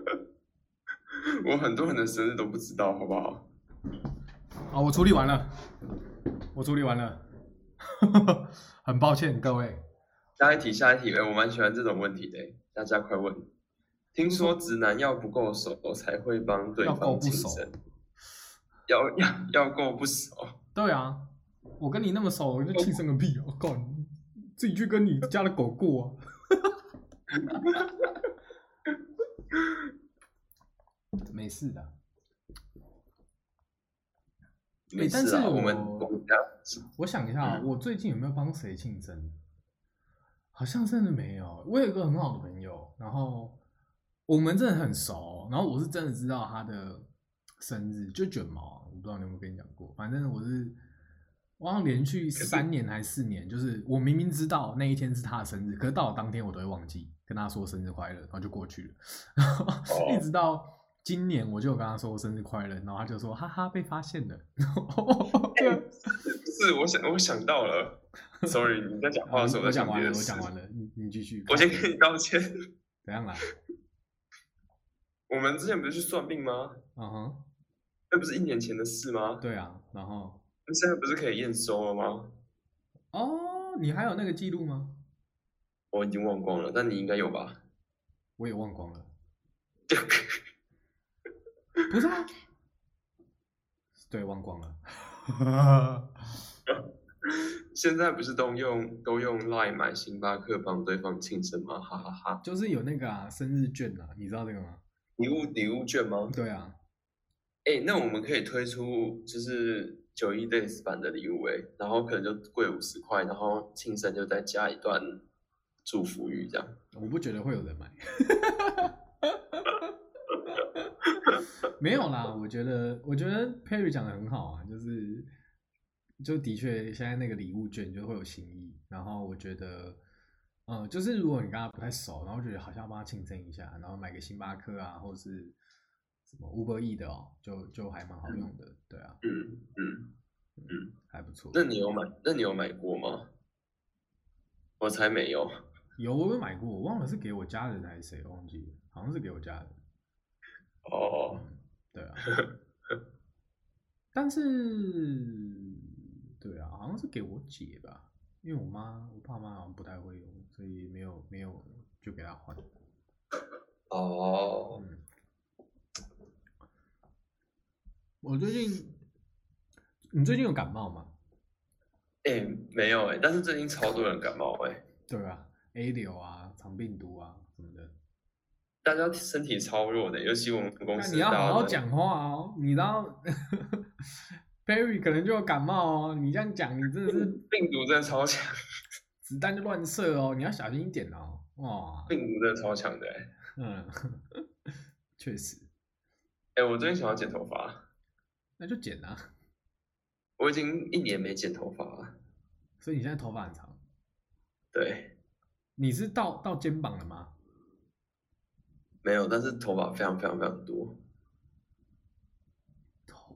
[SPEAKER 3] 我很多人的生日都不知道，好不好？
[SPEAKER 5] 哦
[SPEAKER 2] 啊，我处理完了，我处理完了， 很抱歉各位。
[SPEAKER 3] 下一题，下一题，哎、我蛮喜欢这种问题的，大家快问。听说直男要不够熟才会帮对
[SPEAKER 2] 要够
[SPEAKER 3] 方
[SPEAKER 2] 不
[SPEAKER 3] 庆
[SPEAKER 2] 熟
[SPEAKER 3] 生，要要要够不熟，
[SPEAKER 2] 对啊，我跟你那么熟，我就庆生个屁啊！我靠，你自己去跟你家的狗过啊
[SPEAKER 5] 没事的，
[SPEAKER 3] 没事
[SPEAKER 2] 但
[SPEAKER 3] 啊，
[SPEAKER 2] 是
[SPEAKER 3] 我们
[SPEAKER 2] 我
[SPEAKER 3] 我们这样子
[SPEAKER 2] 啊！我想一下，
[SPEAKER 3] 嗯
[SPEAKER 2] 我最近有没有帮谁庆生？好像真的没有。我有一个很好的朋友，然后我们真的很熟，然后我是真的知道他的生日，就卷毛啊，我不知道你有没有跟你讲过，反正我是。我好像连续三年还是四年，就是我明明知道那一天是他的生日，可是到了当天我都会忘记跟他说生日快乐，然后就过去了。然后
[SPEAKER 3] 哦
[SPEAKER 2] 一直到今年，我就有跟他说生日快乐，然后他就说哈哈被发现了。然后对啊
[SPEAKER 3] 不是，我想我想到了 ，sorry，你在讲话的时候
[SPEAKER 2] 嗯我
[SPEAKER 3] 在
[SPEAKER 2] 讲
[SPEAKER 3] 想
[SPEAKER 2] 完
[SPEAKER 3] 别
[SPEAKER 2] 了，
[SPEAKER 3] 的
[SPEAKER 2] 我
[SPEAKER 3] 事
[SPEAKER 2] 讲，完了，你你继续。
[SPEAKER 3] 我先跟你道歉。
[SPEAKER 2] 怎样啦？
[SPEAKER 3] 我们之前不是去算命吗？
[SPEAKER 2] 嗯哼，
[SPEAKER 3] 那不是一年前的事吗？
[SPEAKER 2] 对啊，然后
[SPEAKER 3] 那现在不是可以验收了吗？
[SPEAKER 2] 哦，你还有那个记录吗？
[SPEAKER 3] 我已经忘光了，但你应该有吧？
[SPEAKER 2] 我也忘光了。不是啊，对，忘光了。
[SPEAKER 3] 现在不是都用都用 Line 买星巴克帮对方庆生吗？哈哈哈
[SPEAKER 2] 就是有那个啊，生日券啊，你知道这个吗？
[SPEAKER 3] 礼物礼物券吗？
[SPEAKER 2] 对啊，
[SPEAKER 3] 哎、那我们可以推出就是九一 days 版的礼物哎、然后可能就贵五十块，然后庆生就再加一段祝福语这样。
[SPEAKER 2] 我不觉得会有人买。没有啦，我觉得，我觉得 Perry 讲的很好啊，就是，就的确现在那个礼物券就会有新意，然后我觉得，嗯，就是如果你跟他不太熟，然后觉得好像要帮他庆生一下，然后买个星巴克啊，或者是什么 Uber E 的哦，就就还蛮好用的，对啊，
[SPEAKER 3] 嗯嗯，
[SPEAKER 2] 还不错。
[SPEAKER 3] 那你有买？那你有买过吗？我才没有。
[SPEAKER 2] 有我有买过，我忘了是给我家人还是谁，忘记了，好像是给我家人。
[SPEAKER 3] 哦，
[SPEAKER 2] 嗯，对 啊。但是，对啊，好像是给我姐吧，因为我妈我爸妈好像不太会用，所以没有没有就给她换。
[SPEAKER 3] 哦，
[SPEAKER 2] 嗯，我最近，你最近有感冒吗？
[SPEAKER 3] 哎、没有哎、但是最近超多人感冒哎、
[SPEAKER 2] 对啊，A 流啊，肠病毒啊什么的。
[SPEAKER 3] 大家身体超弱的，尤其我们公
[SPEAKER 2] 那
[SPEAKER 3] 司。
[SPEAKER 2] 你要好好。讲话哦，你知道 ，Barry 可能就有感冒哦。你这样讲，你真的是
[SPEAKER 3] 病毒真的超强，
[SPEAKER 2] 子弹就乱射哦，你要小心一点哦。哦，
[SPEAKER 3] 病毒真的超强的、欸。
[SPEAKER 2] 嗯， 确实，
[SPEAKER 3] 哎、我最近想要剪头发，
[SPEAKER 2] 那就剪啊。
[SPEAKER 3] 我已经一年没剪头发了。
[SPEAKER 2] 所以你现在头发很长，
[SPEAKER 3] 对，
[SPEAKER 2] 你是到到肩膀了吗？
[SPEAKER 3] 没有，但是头发非常非常非常多，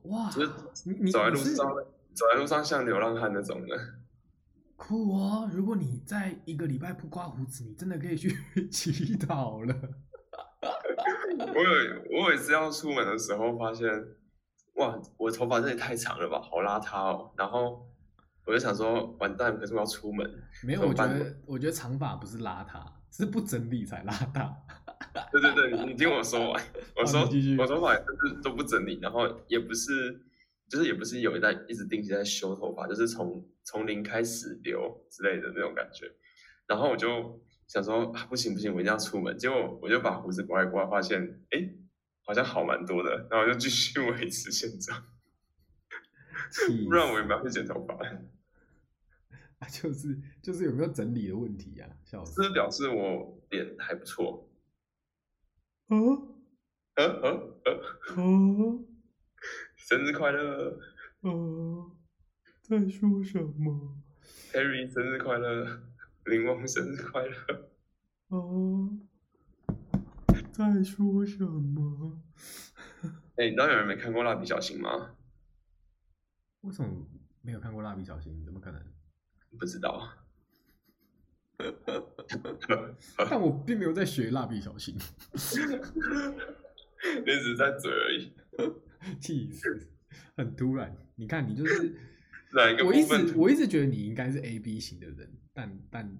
[SPEAKER 2] 哇
[SPEAKER 3] 就是，
[SPEAKER 2] 你你
[SPEAKER 3] 走在
[SPEAKER 2] 你
[SPEAKER 3] 路
[SPEAKER 2] 是
[SPEAKER 3] 上，走在路上像流浪汉那种的。
[SPEAKER 2] 酷哦！如果你在一个礼拜不刮胡子，你真的可以去 祈祷了。
[SPEAKER 3] 我有我有一次要出门的时候，发现哇，我头发真的太长了吧，好邋遢哦。然后我就想说，完蛋，可是我要出门。
[SPEAKER 2] 没有，
[SPEAKER 3] 怎
[SPEAKER 2] 我
[SPEAKER 3] 么
[SPEAKER 2] 觉
[SPEAKER 3] 办
[SPEAKER 2] 得我觉得长发不是邋遢，是不整理才邋遢。
[SPEAKER 3] 对对对，你听我说完。我说、
[SPEAKER 2] 你继续
[SPEAKER 3] 我头发就是都不整理，然后也不是，就是也不是有在一直定期在修头发，就是从从零开始留之类的那种感觉。然后我就想说、啊不行不行，我一定要出门。结果我就把胡子刮一刮，发现哎，好像好蛮多的，然后我就继续 维持现状，
[SPEAKER 2] 气
[SPEAKER 3] 不然
[SPEAKER 2] 死
[SPEAKER 3] 我也蛮会剪头发的。
[SPEAKER 2] 啊 就是就是有没有整理的问题呀、笑死
[SPEAKER 3] 这！表示我脸还不错。
[SPEAKER 2] 啊
[SPEAKER 3] 呃呃呃，
[SPEAKER 2] 啊
[SPEAKER 3] 生日快乐
[SPEAKER 2] 啊！在说什么？
[SPEAKER 3] ，Harry 生日快乐，林翁生日快乐。
[SPEAKER 2] 啊，在说什么？
[SPEAKER 3] 哎、你知道有人没看过蜡笔小新吗？
[SPEAKER 2] 为什么没有看过蜡笔小新？怎么可能？
[SPEAKER 3] 不知道，
[SPEAKER 2] 但我并没有在学蜡笔小新，
[SPEAKER 3] 你只是在嘴而已。
[SPEAKER 2] 气死！很突然，你看你就是，
[SPEAKER 3] 哪一个
[SPEAKER 2] 我
[SPEAKER 3] 部
[SPEAKER 2] 一
[SPEAKER 3] 分
[SPEAKER 2] 直我一直觉得你应该是 A B 型的人，但但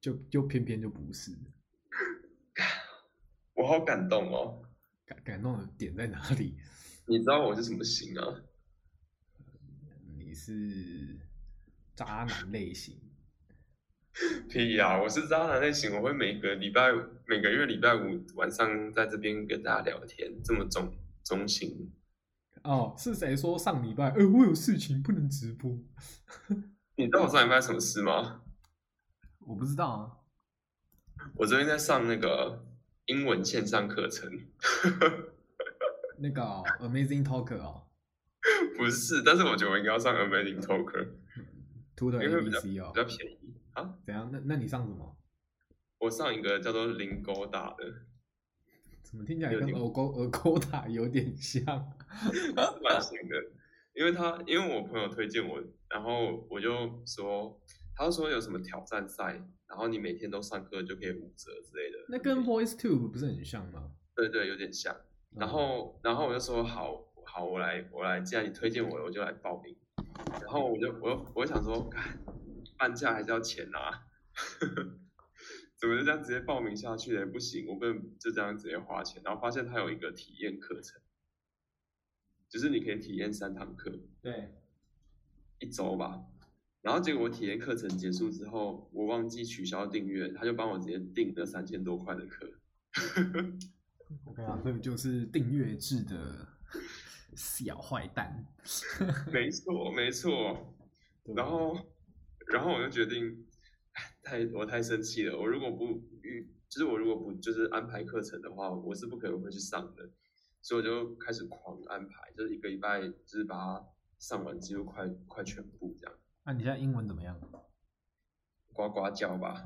[SPEAKER 2] 就就偏偏就不是，
[SPEAKER 3] 我好感动哦！
[SPEAKER 2] 感感动的点在哪里？
[SPEAKER 3] 你知道我是什么型啊？
[SPEAKER 2] 你是渣男类型，
[SPEAKER 3] 屁呀、我是渣男类型，我会每个礼拜每个月礼拜五晚上在这边跟大家聊天，这么中中性。
[SPEAKER 2] 哦，是谁说上礼拜，呃，我有事情不能直播？
[SPEAKER 3] 你知道我上礼拜什么事吗？
[SPEAKER 2] 我不知道啊，
[SPEAKER 3] 我最近在上那个英文线上课程，
[SPEAKER 2] 那个哦、Amazing Talker 哦
[SPEAKER 3] 不是，但是我觉得我应该要上 Amazing Talker，
[SPEAKER 2] ，To the
[SPEAKER 3] 因为比较
[SPEAKER 2] ABC
[SPEAKER 3] 比
[SPEAKER 2] 哦
[SPEAKER 3] 较，便宜。
[SPEAKER 2] 怎样？那那你上什么？
[SPEAKER 3] 我上一个叫做零勾大的，
[SPEAKER 2] 怎么听起来
[SPEAKER 3] 有
[SPEAKER 2] 跟
[SPEAKER 3] 听
[SPEAKER 2] 俄勾俄勾塔 有点像？
[SPEAKER 3] 蛮新的，因为他因为我朋友推荐我，然后我就说，他就说有什么挑战赛，然后你每天都上课就可以五折之类的。
[SPEAKER 2] 那跟
[SPEAKER 3] 很便宜
[SPEAKER 2] Voice Tube 不是很像吗？嗯
[SPEAKER 3] 对对有点像。然后然后我就说好好，我来我来，既然你推荐我了，我就来报名。然后我就我又我就想说，干半价还是要钱啊， 怎么就这样直接报名下去呢？不行，我不能就这样直接花钱。然后发现它有一个体验课程，就是你可以体验三堂课，
[SPEAKER 5] 对，
[SPEAKER 3] 一周吧。然后结果我体验课程结束之后，我忘记取消订阅，他就帮我直接订了三千多块的课。
[SPEAKER 2] OK 啊，所以就是订阅制的小坏蛋。
[SPEAKER 3] 没错，没错。
[SPEAKER 2] 对
[SPEAKER 3] 然后，然后我就决定，哎太我太生气了。我如果不预，就是我如果不就是安排课程的话，我是不可能会去上的。所以我就开始狂安排，就是一个礼拜，就是把它上完，几乎快快全部这样，
[SPEAKER 2] 那、啊你现在英文怎么样？
[SPEAKER 3] 呱呱叫吧。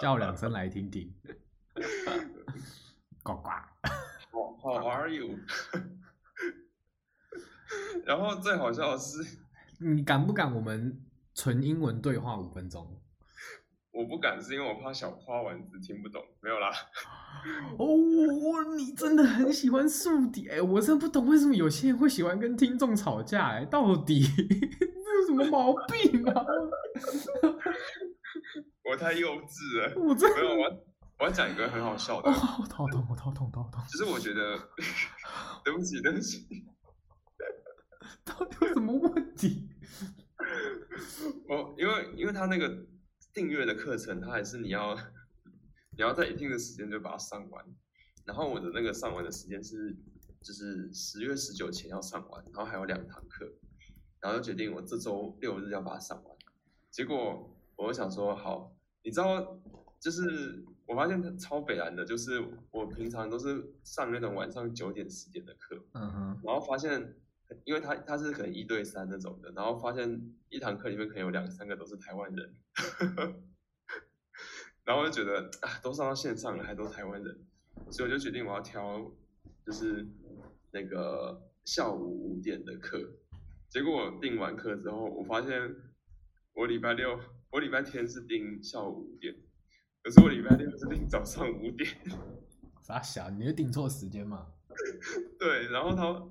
[SPEAKER 2] 叫两声来听听。呱呱。
[SPEAKER 3] How How are you？然后最好笑的是，
[SPEAKER 2] 你敢不敢我们纯英文对话五分钟？
[SPEAKER 3] 我不敢，是因为我怕小花丸子听不懂。没有啦，
[SPEAKER 2] 哦，你真的很喜欢宿敌哎、我真的不懂为什么有些人会喜欢跟听众吵架哎、到底 这有什么毛病 啊？
[SPEAKER 3] 我太幼稚了。
[SPEAKER 2] 我真
[SPEAKER 3] 没有，
[SPEAKER 2] 的
[SPEAKER 3] 我要我要讲一个很好笑的
[SPEAKER 2] 哦，。我头痛，我头痛，头痛，
[SPEAKER 3] 其实我觉得， 对不起，对不起，
[SPEAKER 2] 到底有什么问题？
[SPEAKER 3] 哦我因为因为他那个订阅的课程，他还是你要你要在一定的时间就把它上完。然后我的那个上完的时间是就是十月十九前要上完，然后还有两堂课，然后就决定我这周六日要把它上完。结果我就想说，好，你知道，就是我发现超北蓝的，就是我平常都是上那种晚上九点十点的课，
[SPEAKER 2] 嗯哼，
[SPEAKER 3] 然后发现，因为他他是可能一对三那种的，然后发现一堂课里面可能有两三个都是台湾人， 然后我就觉得啊，都上到线上了，还都台湾人，所以我就决定我要挑就是那个下午五点的课，结果我订完课之后，我发现我礼拜六，我礼拜天是订下午五点，可是我礼拜六是订早上五点。
[SPEAKER 2] 傻小，你就定错时间嘛？
[SPEAKER 3] 对，然后他，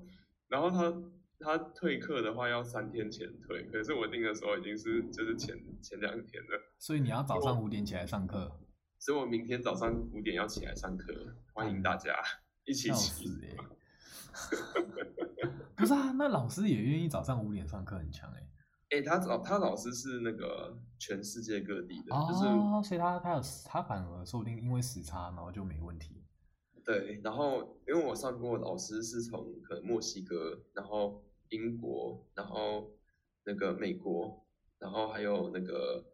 [SPEAKER 3] 然后他他退课的话要三天前退，可是我订的时候已经是就是前前两天了，
[SPEAKER 2] 所以你要早上五点起来上课，
[SPEAKER 3] 所以我明天早上五点要起来上课，欢迎大家一起
[SPEAKER 2] 笑
[SPEAKER 3] 起。
[SPEAKER 2] 死哎、 不是啊，那老师也愿意早上五点上课，很强哎、
[SPEAKER 3] 哎、他老他老师是那个全世界各地的，就是
[SPEAKER 2] 哦，所以他他有他反而说不定因为时差，然后就没问题。
[SPEAKER 3] 对，然后因为我上过的老师是从可能墨西哥，然后英国，然后那个美国，然后还有那个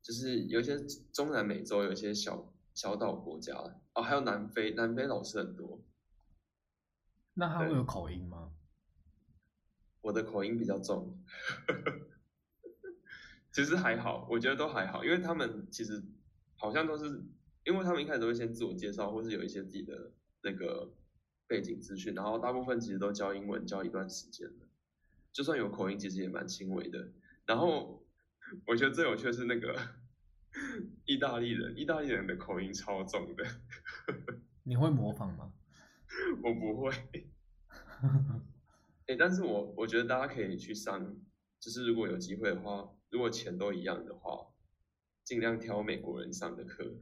[SPEAKER 3] 就是有一些中南美洲有一些小小岛国家哦，还有南非，南非老师很多。
[SPEAKER 2] 那他会
[SPEAKER 3] 对
[SPEAKER 2] 有口音吗？
[SPEAKER 3] 我的口音比较重，其实还好，我觉得都还好，因为他们其实好像都是，因为他们一开始都会先自我介绍，或是有一些自己的那个背景资讯，然后大部分其实都教英文教一段时间了，就算有口音，其实也蛮轻微的。然后我觉得最有趣的是那个 意大利人，意大利人的口音超重的，
[SPEAKER 2] 你会模仿吗？
[SPEAKER 3] 我不会。哎、但是我我觉得大家可以去上，就是如果有机会的话，如果钱都一样的话，尽量挑美国人上的课。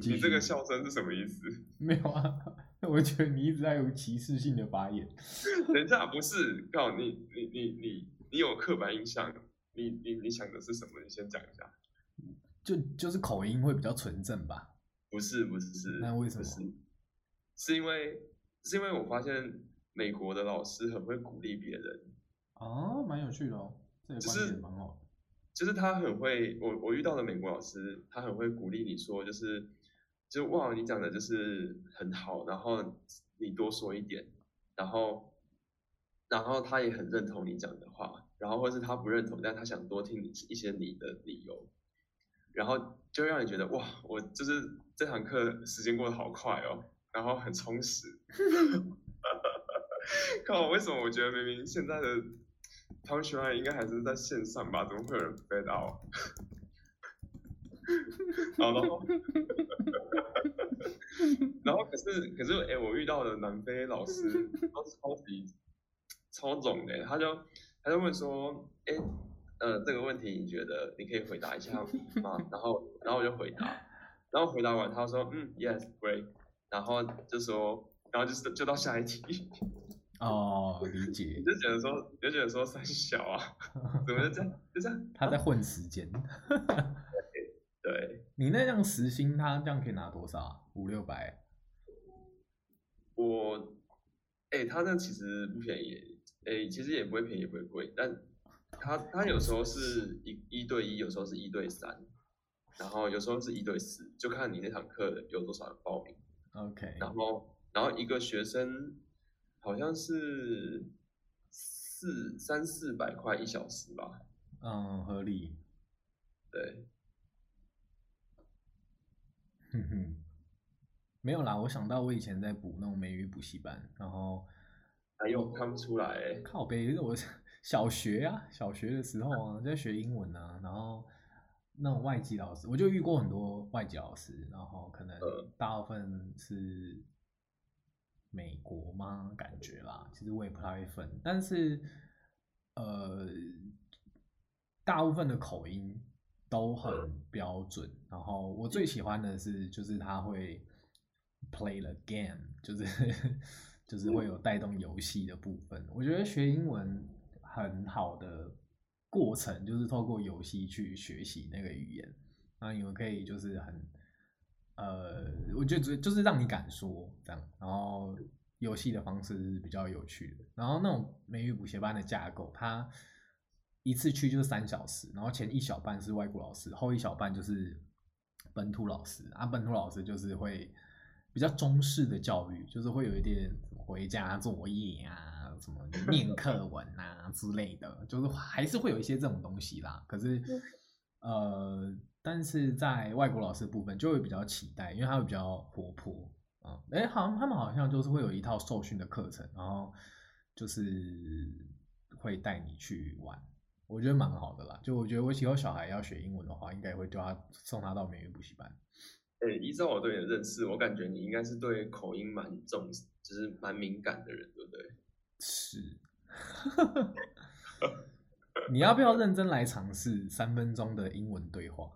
[SPEAKER 2] 继
[SPEAKER 3] 你这个
[SPEAKER 2] 续
[SPEAKER 3] 笑声是什么意思？
[SPEAKER 2] 没有啊？ 我觉得你一直在有歧视性的发言。
[SPEAKER 3] 人家不是告诉你你你你你有刻板印象，你你你想的是什么？你先讲一下。
[SPEAKER 2] 就就是口音会比较纯正吧？
[SPEAKER 3] 不是不是，
[SPEAKER 2] 那为什
[SPEAKER 3] 不
[SPEAKER 2] 么
[SPEAKER 3] 是，是因为是因为我发现美国的老师很会鼓励别人，
[SPEAKER 2] 哦，蛮有趣的哦，这个
[SPEAKER 3] 就
[SPEAKER 2] 观
[SPEAKER 3] 是
[SPEAKER 2] 点蛮好的。
[SPEAKER 3] 就是他很会，我我遇到的美国老师，他很会鼓励你说，就是就哇，你讲的就是很好，然后你多说一点，然后然后他也很认同你讲的话，然后或是他不认同，但他想多听你一些你的理由，然后就让你觉得哇，我就是这堂课时间过得好快哦，然后很充实。 靠，为什么我觉得明明现在的 punchline 应该还是在线上吧？怎么会有人 fade out？好然后然后可是可是哎、诶我遇到的南非老师都超级超懂的、他就他就问说，哎、呃，这个问题你觉得你可以回答一下吗？然后然后我就回答，然后回答完他说，嗯，yes，great，然后就说，然后就是就到下一题。
[SPEAKER 2] 哦，理解
[SPEAKER 3] 你，就觉得说，你就觉得说三小啊，怎么就这样，就这样？
[SPEAKER 2] 他在混时间。
[SPEAKER 3] 对，
[SPEAKER 2] 你那样时薪，他这样可以拿多少啊？五六百？
[SPEAKER 3] 我，哎、他那其实不便宜，哎、其实也不会便宜，也不会贵，但他他有时候是一一对一，有时候是一对三，然后有时候是一对四，就看你那堂课有多少人报名。
[SPEAKER 2] OK，
[SPEAKER 3] 然后然后一个学生好像是四三四百块一小时吧，
[SPEAKER 2] 嗯，合理。
[SPEAKER 3] 对，
[SPEAKER 2] 哼哼，没有啦，我想到我以前在补那种美语补习班，然后
[SPEAKER 3] 哎呦，看不出来、欸。
[SPEAKER 2] 靠北，我 小学啊，小学的时候啊，在学英文啊，然后那种外籍老师，我就遇过很多外籍老师，然后可能
[SPEAKER 3] 嗯
[SPEAKER 2] 大部分是美国吗？感觉啦，其实我也不太会分，但是呃，大部分的口音都很标准。然后我最喜欢的是，就是他会 play the game，就是就是会有带动游戏的部分。我觉得学英文很好的过程就是透过游戏去学习那个语言。那你们可以就是很，呃，我就只就是让你敢说这样，然后游戏的方式是比较有趣的。然后那种美语补习班的架构，它一次去就是三小时，然后前一小半是外国老师，后一小半就是本土老师。啊，本土老师就是会比较中式的教育，就是会有一点什么回家作业啊，什么念课文啊之类的，就是还是会有一些这种东西啦。可是，呃，但是在外国老师部分就会比较期待，因为他会比较活泼，啊，哎、好像他们好像就是会有一套受训的课程，然后就是会带你去玩，我觉得蛮好的啦。就我觉得我以后小孩要学英文的话，应该也会叫他送他到美语补习班。
[SPEAKER 3] 哎、依照我对你的认识，我感觉你应该是对口音蛮重，就是蛮敏感的人，对不对？
[SPEAKER 2] 是，你要不要认真来尝试三分钟的英文对话？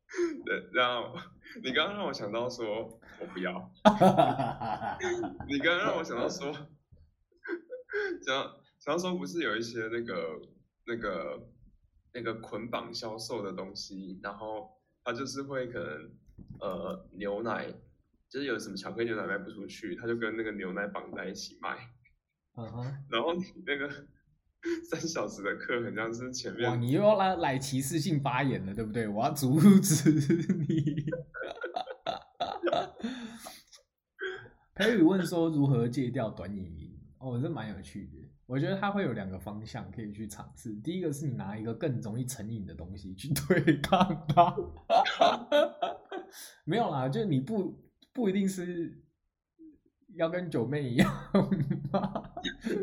[SPEAKER 3] 对，然后你刚刚让我想到说，我不要。你刚刚让我想到说， 想想到说不是有一些那个那个那个捆绑销售的东西，然后它就是会可能呃牛奶，就是有什么巧克力牛奶卖不出去，它就跟那个牛奶绑在一起卖，
[SPEAKER 2] 嗯哼，
[SPEAKER 3] 然后你那个 三小时的课很像是前
[SPEAKER 2] 哇，
[SPEAKER 3] 面
[SPEAKER 2] 你又要来来歧视性发言了，对不对？我要阻止你。 培宇问说如何戒掉短影音，哦，这蛮有趣的。我觉得它会有两个方向可以去尝试。第一个是你拿一个更容易成瘾的东西去 对抗它， 没有啦，就是你不不一定是要跟九妹一样嘛，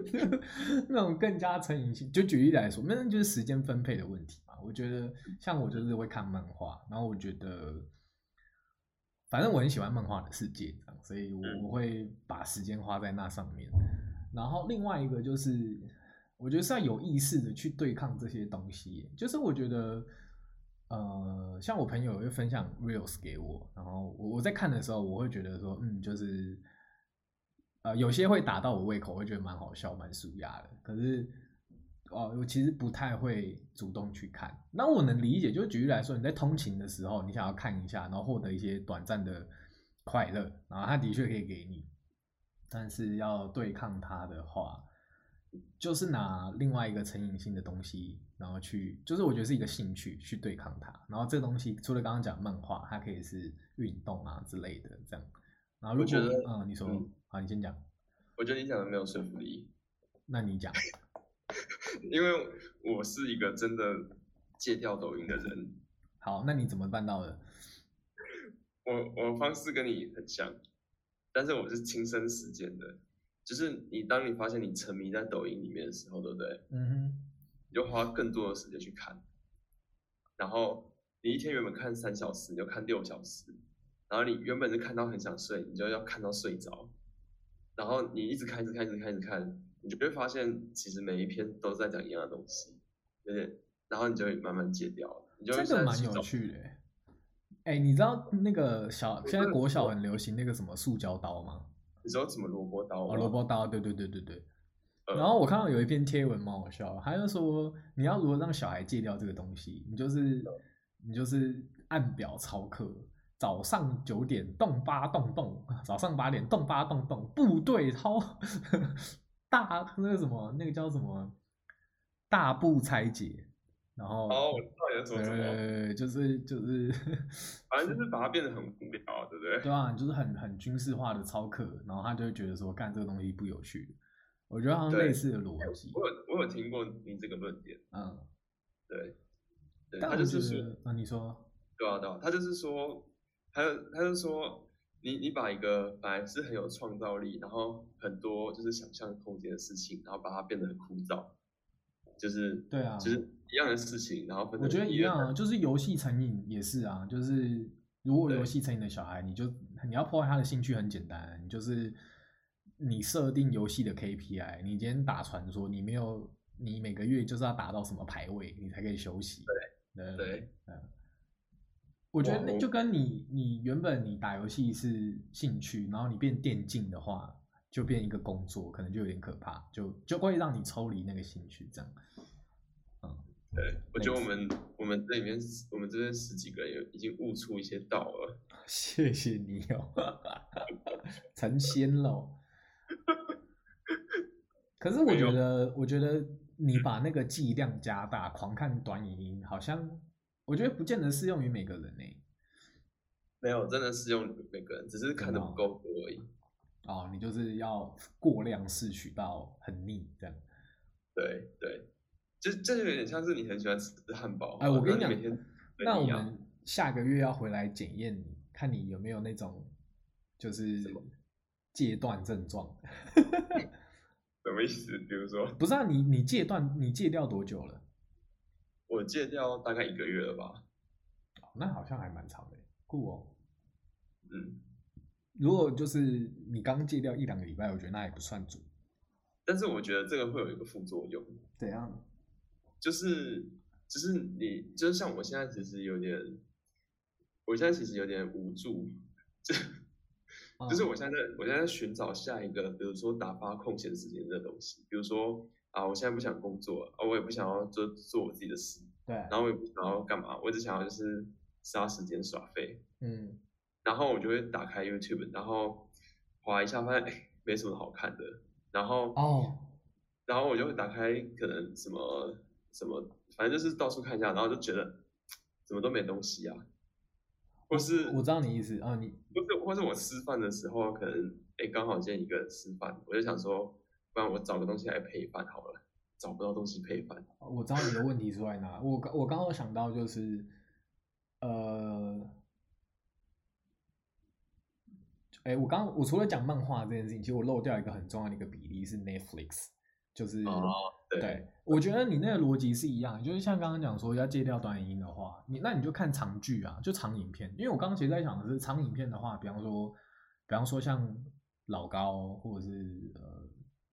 [SPEAKER 2] 那种更加成瘾性。就举例来说，那就是时间分配的问题嘛。我觉得像我就是会看漫画，然后我觉得反正我很喜欢漫画的世界，这样所以我
[SPEAKER 3] 嗯
[SPEAKER 2] 我会把时间花在那上面。然后另外一个就是，我觉得是要有意识的去对抗这些东西耶。就是我觉得，呃，像我朋友会分享 reels 给我，然后我我在看的时候，我会觉得说，嗯，就是，呃，有些会打到我胃口，会觉得蛮好笑、蛮舒压的。可是，哦，我其实不太会主动去看。那我能理解，就举例来说，你在通勤的时候，你想要看一下，然后获得一些短暂的快乐，然后它的确可以给你，但是要对抗它的话，就是拿另外一个成瘾性的东西，然后去，就是我觉得是一个兴趣去对抗它。然后这个东西除了刚刚讲漫画，它可以是运动啊之类的这样。然后如
[SPEAKER 3] 我
[SPEAKER 2] 果
[SPEAKER 3] 觉得
[SPEAKER 2] 嗯，你说
[SPEAKER 3] 嗯
[SPEAKER 2] 好，你先讲，
[SPEAKER 3] 我觉得你讲的没有说服力。
[SPEAKER 2] 那你讲，
[SPEAKER 3] 因为我是一个真的戒掉抖音的人，
[SPEAKER 2] 好，那你怎么办到的？
[SPEAKER 3] 我我的方式跟你很像，但是我是亲身实践的，就是你当你发现你沉迷在抖音里面的时候，对不对？
[SPEAKER 2] 嗯哼。
[SPEAKER 3] 你就花更多的时间去看，然后你一天原本看三小时，你就看六小时，然后你原本是看到很想睡，你就要看到睡着，然后你一直看，一直看，一直看，一直看，你就会发现其实每一篇都在讲一样的东西，有点，然后你就会慢慢戒掉了，你就会
[SPEAKER 2] 这
[SPEAKER 3] 现
[SPEAKER 2] 个
[SPEAKER 3] 在
[SPEAKER 2] 蛮
[SPEAKER 3] 去
[SPEAKER 2] 有
[SPEAKER 3] 找
[SPEAKER 2] 趣的欸。哎、你知道那个小现在国小很流行那个什么塑胶刀吗？
[SPEAKER 3] 你说怎么萝卜刀
[SPEAKER 2] 哦，
[SPEAKER 3] 吗？
[SPEAKER 2] 萝卜刀，对对对对对。
[SPEAKER 3] 嗯呃
[SPEAKER 2] 然后我看到有一篇贴文蛮好笑的，他就说你要如何让小孩戒掉这个东西，你就是你就是按表操课，早上九点动八动动， 早上八点动八动动，部队操大那个什么那个叫什么大步拆解，然后
[SPEAKER 3] 哦，我知道你在说什么，
[SPEAKER 2] 呃就是就是。
[SPEAKER 3] 反正就是把它变得很无聊，对不对？
[SPEAKER 2] 对啊，就是很很军事化的操课，然后他就会觉得说干这个东西不有趣。我觉得好像
[SPEAKER 3] 对哎
[SPEAKER 2] 类似的逻辑，
[SPEAKER 3] 我有我有听过你这个论点，
[SPEAKER 2] 嗯，
[SPEAKER 3] 对，对，
[SPEAKER 2] 但
[SPEAKER 3] 他
[SPEAKER 2] 我
[SPEAKER 3] 就
[SPEAKER 2] 觉
[SPEAKER 3] 是说。
[SPEAKER 2] 得，那、你说，
[SPEAKER 3] 对啊，对啊，他就是说，他就他就说，你你把一个本来是很有创造力，然后很多就是想象空间的事情，然后把它变得很枯燥，就是
[SPEAKER 2] 对啊
[SPEAKER 3] 就是一样的事情，然后分
[SPEAKER 2] 我觉得
[SPEAKER 3] 成
[SPEAKER 2] 一
[SPEAKER 3] 二
[SPEAKER 2] 样啊，就是游戏成瘾也是啊，就是如果游
[SPEAKER 3] 对
[SPEAKER 2] 戏成瘾的小孩，你就你要破坏他的兴趣很简单，你就是你设定游戏的 KPI，你今天打传说，你没有你每个月就是要打到什么排位，你才可以休息。对嗯
[SPEAKER 3] 对，
[SPEAKER 2] 我觉
[SPEAKER 3] 哇
[SPEAKER 2] 得那
[SPEAKER 3] 我
[SPEAKER 2] 就跟你你原本你打游戏是兴趣，然后你变电竞的话，就变一个工作，可能就有点可怕，就就会让你抽离那个兴趣这样。
[SPEAKER 3] 对，我
[SPEAKER 2] 类
[SPEAKER 3] 觉得我
[SPEAKER 2] 似
[SPEAKER 3] 们我们这里面我们这边十几个人有已经悟出一些道了，
[SPEAKER 2] 谢谢你哦， 成仙喽。可是我觉得，我觉得你把那个剂量加大，狂看短影音，好像我觉得不见得适用于每个人呢、
[SPEAKER 3] 没有，真的适用每个人，只是看的不
[SPEAKER 2] 哦
[SPEAKER 3] 够多而已。
[SPEAKER 2] 哦，你就是要过量摄取到很腻这样。
[SPEAKER 3] 对对，就这就有点像是你很喜欢吃汉堡啊，
[SPEAKER 2] 哎我跟你
[SPEAKER 3] 然后
[SPEAKER 2] 讲
[SPEAKER 3] 每天对
[SPEAKER 2] 那我
[SPEAKER 3] 一样
[SPEAKER 2] 们下个月要回来检验你，看你有没有那种就是
[SPEAKER 3] 么
[SPEAKER 2] 戒断症状。
[SPEAKER 3] 什么意思？比如说
[SPEAKER 2] 不是啊，你你戒断你戒掉多久了？
[SPEAKER 3] 我戒掉大概一个月了吧，
[SPEAKER 2] 哦那好像还蛮长的，酷哦。
[SPEAKER 3] 嗯，
[SPEAKER 2] 如果就是你刚戒掉一两个礼拜，我觉得那也不算足。
[SPEAKER 3] 但是我觉得这个会有一个副作用，
[SPEAKER 2] 怎样？
[SPEAKER 3] 就是就是你就是像我现在其实有点，我现在其实有点无助，就
[SPEAKER 2] 嗯
[SPEAKER 3] 就是我现在在我现在在寻找下一个，比如说打发空闲时间的东西，比如说啊，我现在不想工作了啊，我也不想要做做我自己的事，
[SPEAKER 2] 对，
[SPEAKER 3] 然后我也不想要干嘛，我只想要就是杀时间耍废，
[SPEAKER 2] 嗯，
[SPEAKER 3] 然后我就会打开 YouTube，然后划一下，发现哎没什么好看的，然后
[SPEAKER 2] 哦，
[SPEAKER 3] 然后我就会打开可能什么什么，反正就是到处看一下，然后就觉得怎么都没东西啊，或是
[SPEAKER 2] 我知道你意思啊，你
[SPEAKER 3] 不是，或是我吃饭的时候，可能哎刚好今天一个人吃饭，我就想说，不然我找个东西来配饭好了，找不到东西配饭，
[SPEAKER 2] 我知道你的问题是在哪。我刚我刚刚想到就是，呃，哎，我刚我除了讲漫画这件事情，其实我漏掉一个很重要的一个比例是 Netflix，就是、
[SPEAKER 3] 哦对
[SPEAKER 2] 对，我觉得你那个逻辑是一样，就是像刚刚讲说要戒掉短影音的话，你那你就看长剧啊，就长影片。因为我刚刚其实在想的是长影片的话，比方说，比方说像老高或者是呃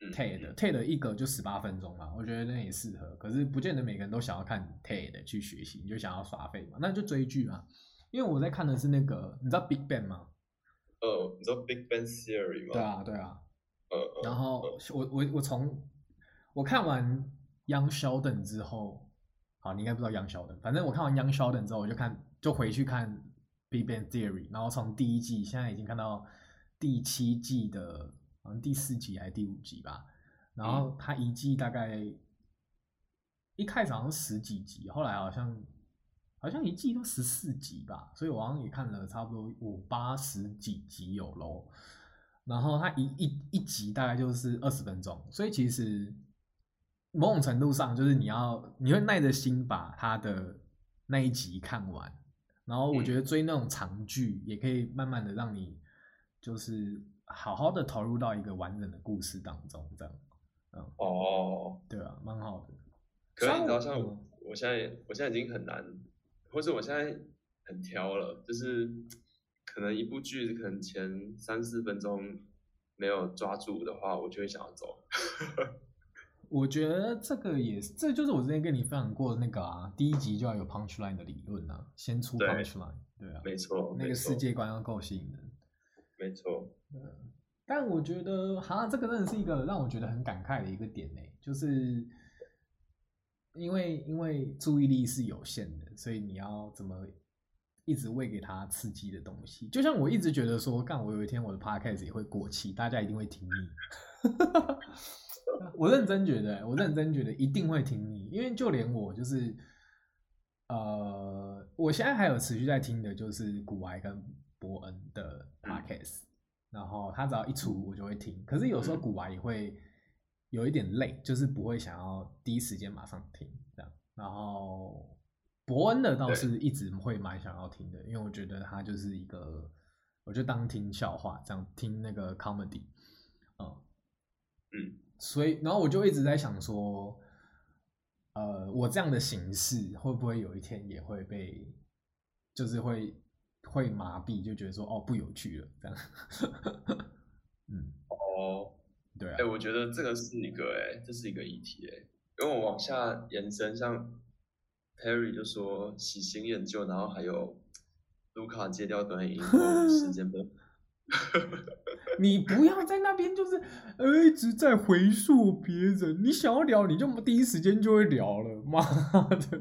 [SPEAKER 3] 嗯
[SPEAKER 2] TED TED 一个就十八分钟嘛，我觉得那也适合。可是不见得每个人都想要看 TED 去学习，你就想要耍废嘛，那就追剧嘛。因为我在看的是那个，你知道 Big Bang 吗？
[SPEAKER 3] 呃，你知道 Big Bang Theory 吗？
[SPEAKER 2] 对，啊，对啊。
[SPEAKER 3] 呃呃，
[SPEAKER 2] 然后我我我从我看完 Young Sheldon 之后，好，你应该不知道 Young Sheldon，反正我看完 Young Sheldon 之后，我就看就回去看 Big Bang Theory，然后从第一季现在已经看到第七季的，好像第四集还是第五集吧。然后它一季大概一开始好像十几集，后来好像好像一季都十四集吧，所以我好像也看了差不多五八十几集有喽。然后它一一一集大概就是二十分钟，所以其实某种程度上就是你要你会耐着心把它的那一集看完。然后我觉得追那种长剧也可以慢慢的让你就是好好的投入到一个完整的故事当中，这样，嗯，
[SPEAKER 3] 哦，
[SPEAKER 2] 对啊，蛮好的。
[SPEAKER 3] 可是你知道
[SPEAKER 2] 虽
[SPEAKER 3] 像
[SPEAKER 2] 然我
[SPEAKER 3] 我我现在我现在已经很难，或是我现在很挑了，就是可能一部剧可能前三四分钟没有抓住的话，我就会想要走。
[SPEAKER 2] 我觉得这个也是，这就是我之前跟你分享过的那个啊，第一集就要有 punch line 的理论啊，先出
[SPEAKER 3] 对
[SPEAKER 2] punch line，对啊，
[SPEAKER 3] 没错，
[SPEAKER 2] 那
[SPEAKER 3] 没
[SPEAKER 2] 个
[SPEAKER 3] 错
[SPEAKER 2] 世，界观要够吸引人。啊
[SPEAKER 3] 没错，
[SPEAKER 2] 但我觉得，哈，这个真的是一个让我觉得很感慨的一个点呢，就是因为因为注意力是有限的，所以你要怎么一直喂给他刺激的东西？就像我一直觉得说，干我有一天我的 podcast 也会过期，大家一定会听腻。 我认真觉得，我认真觉得一定会听腻，因为就连我就是，呃，我现在还有持续在听的就是古埃跟伯恩的 podcast，、然后他只要一出我就会听，可是有时候古玩也会有一点累，就是不会想要第一时间马上听这样。然后伯恩的倒是一直会蛮想要听的，因为我觉得他就是一个，我就当听笑话这样听那个 comedy，嗯
[SPEAKER 3] 嗯，
[SPEAKER 2] 所以然后我就一直在想说，呃，我这样的形式会不会有一天也会被，就是会会麻痹，就觉得说哦不有趣了这样。 嗯，
[SPEAKER 3] 哦。
[SPEAKER 2] 对啊
[SPEAKER 3] 哎、，我觉得这个是一个哎、这是一个议题哎、因为我往下延伸，像 Perry 就说喜新厌旧，然后还有卢卡戒掉短 影音后时间不
[SPEAKER 2] 你不要在那边就是呃一直在回溯别人，你想要聊你就第一时间就会聊了，妈的，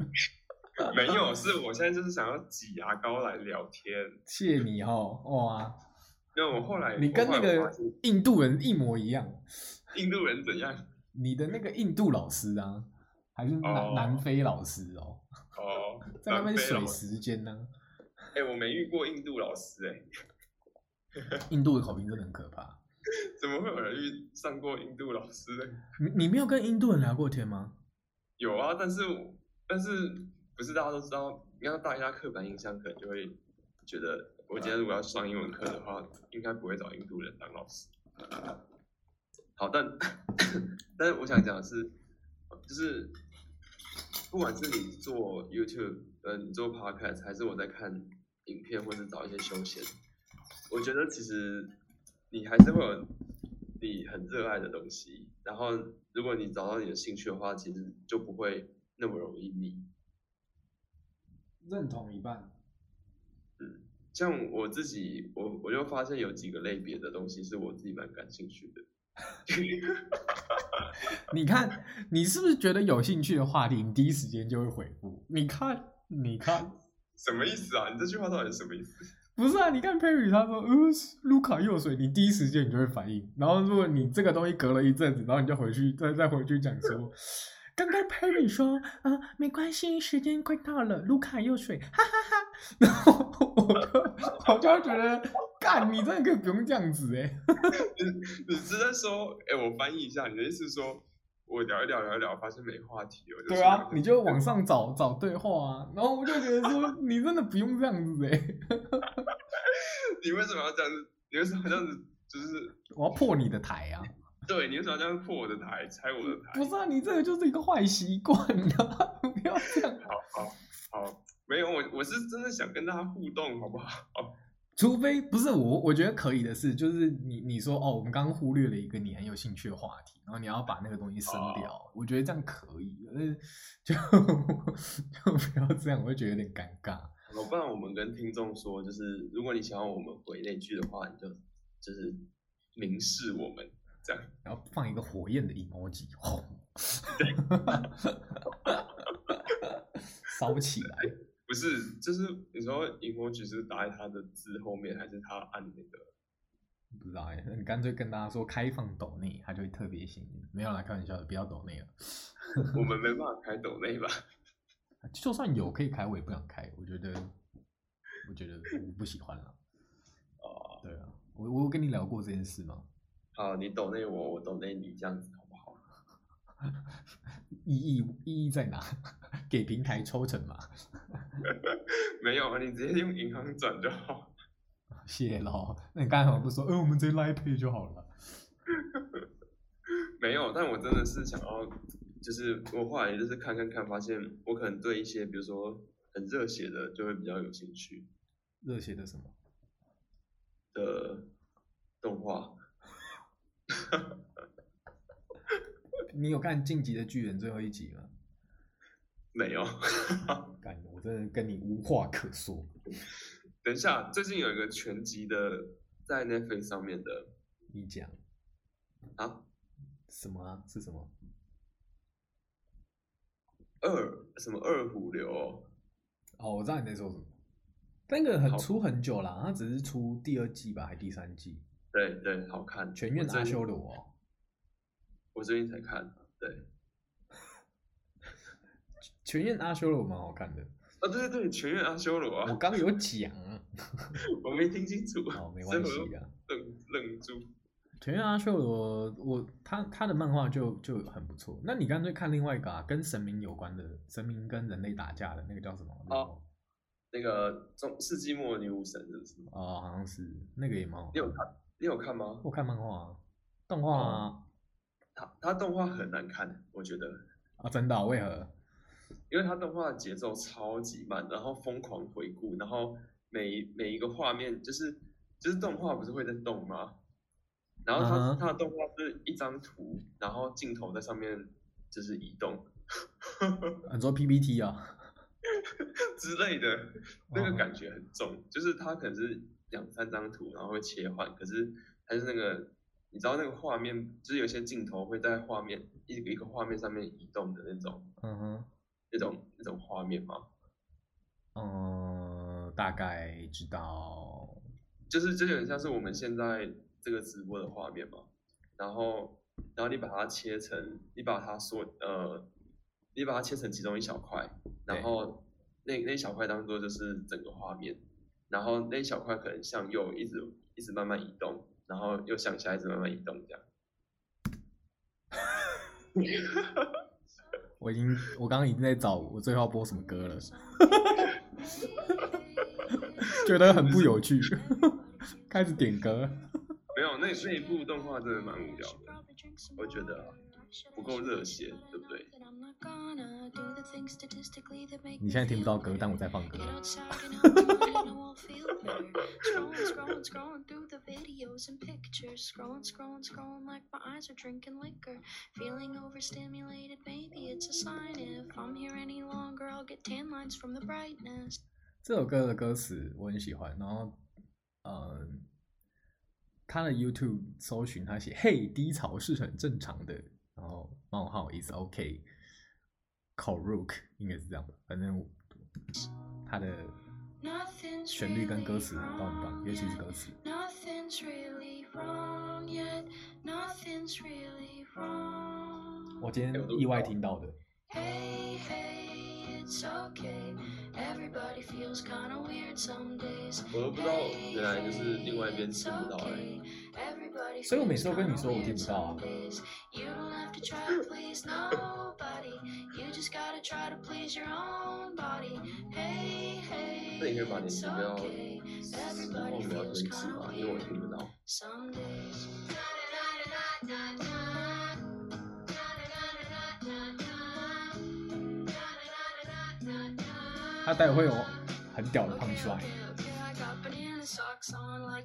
[SPEAKER 3] 没有，是我现在就是想要挤牙膏来聊天，
[SPEAKER 2] 谢你哦，哇，
[SPEAKER 3] 因为我后来
[SPEAKER 2] 你跟
[SPEAKER 3] 我后
[SPEAKER 2] 那
[SPEAKER 3] 来我
[SPEAKER 2] 个
[SPEAKER 3] 发现
[SPEAKER 2] 印度人一模一样，
[SPEAKER 3] 印度人怎样
[SPEAKER 2] 你的那个印度老师啊，还是南、
[SPEAKER 3] 哦
[SPEAKER 2] 南非老师哦，
[SPEAKER 3] 哦，
[SPEAKER 2] 在那
[SPEAKER 3] 浪
[SPEAKER 2] 边
[SPEAKER 3] 费了
[SPEAKER 2] 水
[SPEAKER 3] 我
[SPEAKER 2] 时间呢、
[SPEAKER 3] 哎、我没遇过印度老师哎、
[SPEAKER 2] 印度的口音真的很可怕，
[SPEAKER 3] 怎么会有人遇上过印度老师呢？
[SPEAKER 2] 你你没有跟印度人聊过天吗？
[SPEAKER 3] 有啊，但是我但是不是大家都知道？你看大家刻板印象，可能就会觉得，我今天如果要上英文课的话，应该不会找印度人当老师。好，但但是我想讲的是，就是不管是你做 YouTube，呃，你做 Podcast，还是我在看影片，或是找一些休闲，我觉得其实你还是会有你很热爱的东西，然后如果你找到你的兴趣的话，其实就不会那么容易腻。
[SPEAKER 2] 认同一半，
[SPEAKER 3] 像我自己，我我就发现有几个类别的东西是我自己蛮感兴趣的。
[SPEAKER 2] 你看，你是不是觉得有兴趣的话题，你第一时间就会回复？你看，你看，
[SPEAKER 3] 什么意思啊？你这句话到底是什么意思？
[SPEAKER 2] 不是啊？你看 Perry 他说，呃，卢卡又水，你第一时间你就会反应。然后如果你这个东西隔了一阵子，然后你就回去再再回去讲说， 刚刚 Perry 说，啊、没关系，时间快到了，卢卡又水，哈哈哈 然后我就我就会觉得，干，你真的可以不用这样子哎、
[SPEAKER 3] 你是在说，哎、我翻译一下，你的意思是说我聊一聊聊一聊，发现没话题，我就
[SPEAKER 2] 对
[SPEAKER 3] 说
[SPEAKER 2] 啊，你就往上找找对话啊，然后我就觉得说，你真的不用这样子哎、
[SPEAKER 3] 你为什么要这样子？你为什么要这样子？就是
[SPEAKER 2] 我要破你的台啊！
[SPEAKER 3] 对，你为什么要这样破我的台，拆我的台
[SPEAKER 2] 不？是啊，你这个就是一个坏习惯啊！ 不要这样，
[SPEAKER 3] 好，没有，我我是真的想跟大家互动，好不好？
[SPEAKER 2] 除非不是我，我觉得可以的是，就是你你说哦，我们刚刚忽略了一个你很有兴趣的话题，然后你要把那个东西删掉，我觉得这样可以，但是就 就不要这样，我会觉得有点尴尬。
[SPEAKER 3] 好，不然我们跟听众说，就是如果你想要我们回那句的话，你就就是明示我们这样。
[SPEAKER 2] 然后放一个火焰的 emoji，轰， 烧起来。
[SPEAKER 3] 不是，就是你说 emoji 是打在它的字后面，还是他按那个？
[SPEAKER 2] 不知道哎、那你干脆跟大家说开放抖内，他就会特别幸运。没有啦，开玩笑的，不要抖内了。
[SPEAKER 3] 我们没办法开抖内吧？
[SPEAKER 2] 就算有可以开，我也不想开。我觉得，我觉得我不喜欢了。哦，对啊，我我有跟你聊过这件事吗？
[SPEAKER 3] 好，你抖内我，我抖内你，这样子好不好？
[SPEAKER 2] 意义意义在哪？ 给平台抽成嘛？
[SPEAKER 3] 没有，啊你直接用银行转就好。
[SPEAKER 2] 谢谢喽。那你刚才好像不是说，嗯、我们直接拉配就好了。
[SPEAKER 3] 没有，但我真的是想要，就是我后来就是看看看，发现我可能对一些比如说很热血的就会比较有兴趣
[SPEAKER 2] 热血的什么？
[SPEAKER 3] 的动画。
[SPEAKER 2] 你有看《晋级的巨人》最后一集吗？
[SPEAKER 3] 没有，
[SPEAKER 2] 干，我真的跟你无话可说。
[SPEAKER 3] 等一下，最近有一个全集的在 Netflix 上面的
[SPEAKER 2] 你讲
[SPEAKER 3] 啊，
[SPEAKER 2] 什么啊？是什么？
[SPEAKER 3] 二什么二虎流哦、
[SPEAKER 2] 哦，我知道你在说什么。那个很
[SPEAKER 3] 好
[SPEAKER 2] 出很久啦，它只是出第二季吧，还第三季？
[SPEAKER 3] 对对，好看。
[SPEAKER 2] 全院
[SPEAKER 3] 我
[SPEAKER 2] 阿
[SPEAKER 3] 最
[SPEAKER 2] 修罗、哦，
[SPEAKER 3] 我最近才看，对，
[SPEAKER 2] 全院阿修罗蛮好看的。
[SPEAKER 3] 啊对对对，全院阿修罗
[SPEAKER 2] 我
[SPEAKER 3] 啊，
[SPEAKER 2] 刚有讲，
[SPEAKER 3] 我没听清楚，
[SPEAKER 2] 哦，没
[SPEAKER 3] 所以
[SPEAKER 2] 关
[SPEAKER 3] 我
[SPEAKER 2] 系
[SPEAKER 3] 又
[SPEAKER 2] 的。
[SPEAKER 3] 愣愣住。
[SPEAKER 2] 全院阿修罗，我他他的漫画就就很不错。那你干脆看另外一个啊，跟神明有关的，神明跟人类打架的那个叫什么？
[SPEAKER 3] 哦那个中世纪末的女武神是不是？你
[SPEAKER 2] 哦，好像是那个也蛮好看
[SPEAKER 3] 有
[SPEAKER 2] 的。
[SPEAKER 3] 看？你有看吗？
[SPEAKER 2] 我看漫画、啊、动画啊，
[SPEAKER 3] 他他动画很难看，我觉得，
[SPEAKER 2] 啊，真的啊、为何？
[SPEAKER 3] 因为他动画的节奏超级慢，然后疯狂回顾，然后每每一个画面就是就是动画不是会在动吗？然后他、
[SPEAKER 2] 嗯哼
[SPEAKER 3] 他的动画是一张图，然后镜头在上面就是移动
[SPEAKER 2] 你说 PPT 啊？
[SPEAKER 3] 之类的， 那
[SPEAKER 2] 嗯
[SPEAKER 3] 个
[SPEAKER 2] 哼
[SPEAKER 3] 感觉很重，就是它可能是两三张图，然后会切换，可是它是那个，你知道那个画面，就是有些镜头会在画面一个一个画面上面移动的那种
[SPEAKER 2] 嗯哼，
[SPEAKER 3] 那种那种画面嘛，
[SPEAKER 2] 嗯，大概知道。
[SPEAKER 3] 就是就有点像是我们现在这个直播的画面嘛，然后然后你把它切成，你把它缩呃，你把它切成其中一小块，然
[SPEAKER 2] 对
[SPEAKER 3] 后那那一小块当做就是整个画面，然后那一小块可能向右一直一直慢慢移动，然后又向下一直慢慢移动这样。
[SPEAKER 2] 我已经，我刚刚已经在找我最后要播什么歌了，觉得很不有趣，开始点歌。
[SPEAKER 3] 没有，那那那一部动画真的蛮无聊的，我觉得啊不够热血，对不对？
[SPEAKER 1] 你现
[SPEAKER 2] 你现
[SPEAKER 1] 在
[SPEAKER 2] 在
[SPEAKER 1] 听不
[SPEAKER 2] 听不
[SPEAKER 1] 到
[SPEAKER 2] 到
[SPEAKER 1] 歌
[SPEAKER 2] 歌，，
[SPEAKER 1] 但
[SPEAKER 2] 但
[SPEAKER 1] 我
[SPEAKER 2] 我
[SPEAKER 1] 在
[SPEAKER 2] 在
[SPEAKER 1] 放
[SPEAKER 2] 放
[SPEAKER 1] 歌
[SPEAKER 2] 歌。。
[SPEAKER 1] Feeling overstimulated, maybe it's a sign. If I'm here any longer, I'll get tan lines from the brightness.
[SPEAKER 2] 这首歌的歌词我很喜欢，然后，嗯，他的 YouTube 搜寻他写“嘿，低潮是很正常的”，然后冒号 is OK，口 Rook 应该是这样吧，反正我他的旋
[SPEAKER 1] 旋律
[SPEAKER 2] 律
[SPEAKER 1] 跟
[SPEAKER 2] 跟
[SPEAKER 1] 歌
[SPEAKER 2] 歌
[SPEAKER 1] 词
[SPEAKER 2] 词
[SPEAKER 1] 都
[SPEAKER 2] 都
[SPEAKER 1] 很
[SPEAKER 2] 很
[SPEAKER 1] 棒
[SPEAKER 2] 棒，，
[SPEAKER 1] 尤
[SPEAKER 2] 尤
[SPEAKER 1] 其
[SPEAKER 2] 其
[SPEAKER 1] 是
[SPEAKER 2] 是
[SPEAKER 1] 歌
[SPEAKER 2] 歌
[SPEAKER 1] 词。
[SPEAKER 2] 词。
[SPEAKER 1] Nothing's really wrong yet. Nothing's really wrong.
[SPEAKER 2] 哎我今天意外听到的，
[SPEAKER 1] Hey, hey, it's okay. Everybody feels kinda weird some days.
[SPEAKER 3] 我都不知道原来就是另外一边吃不到哎、
[SPEAKER 1] 所
[SPEAKER 2] 所
[SPEAKER 1] 以
[SPEAKER 2] 以
[SPEAKER 1] 我
[SPEAKER 2] 我
[SPEAKER 1] 每
[SPEAKER 2] 每
[SPEAKER 1] 次
[SPEAKER 2] 次
[SPEAKER 1] 都
[SPEAKER 2] 都
[SPEAKER 1] 跟
[SPEAKER 2] 跟
[SPEAKER 1] 你
[SPEAKER 2] 你
[SPEAKER 1] 说
[SPEAKER 2] 说
[SPEAKER 1] 我
[SPEAKER 2] 我
[SPEAKER 1] 听
[SPEAKER 2] 听
[SPEAKER 1] 不
[SPEAKER 2] 不
[SPEAKER 1] 到
[SPEAKER 2] 到
[SPEAKER 1] 啊
[SPEAKER 2] 啊。
[SPEAKER 3] 那你可以把你的要后面要升级吧，因为我听不到。
[SPEAKER 1] Some days.
[SPEAKER 2] 他待会会有很屌的 punch line。
[SPEAKER 1] Oh,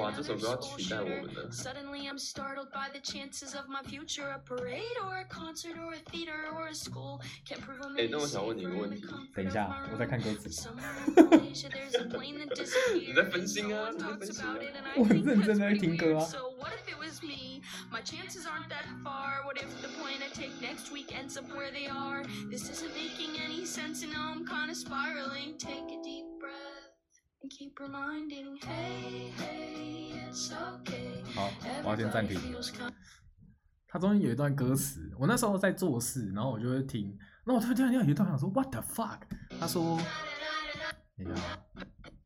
[SPEAKER 3] 哇，这首歌要取代我们的
[SPEAKER 1] Suddenly I'm startled by the chances of my future a parade or a concert or a theater or a school. Can't prove I'm
[SPEAKER 3] 哎那我想问你一个问题
[SPEAKER 2] 等一下，我在看歌词。
[SPEAKER 3] 你在分心啊你在分心啊
[SPEAKER 1] 我
[SPEAKER 2] 我
[SPEAKER 1] 很
[SPEAKER 2] 很
[SPEAKER 1] 认
[SPEAKER 2] 认
[SPEAKER 1] 真
[SPEAKER 2] 真
[SPEAKER 1] 在
[SPEAKER 2] 在
[SPEAKER 1] 听
[SPEAKER 2] 听
[SPEAKER 1] 歌
[SPEAKER 2] 歌
[SPEAKER 1] 啊
[SPEAKER 2] 啊。
[SPEAKER 1] So what if it was me? My chances aren't that far. What if the plan I take next week ends up where they are? This isn't making any sense, and now I'm kinda spiraling. Take a deep breath and keep reminding, hey, hey, it's okay.
[SPEAKER 2] 好，我要先暂
[SPEAKER 1] Everybody
[SPEAKER 2] 停。
[SPEAKER 1] feels kind
[SPEAKER 2] 它中间有一段歌词，我那时候在做事，然后我就会听，然后我突然听到有一段想说 What the fuck？他说，
[SPEAKER 1] 哎
[SPEAKER 2] 等一下啊，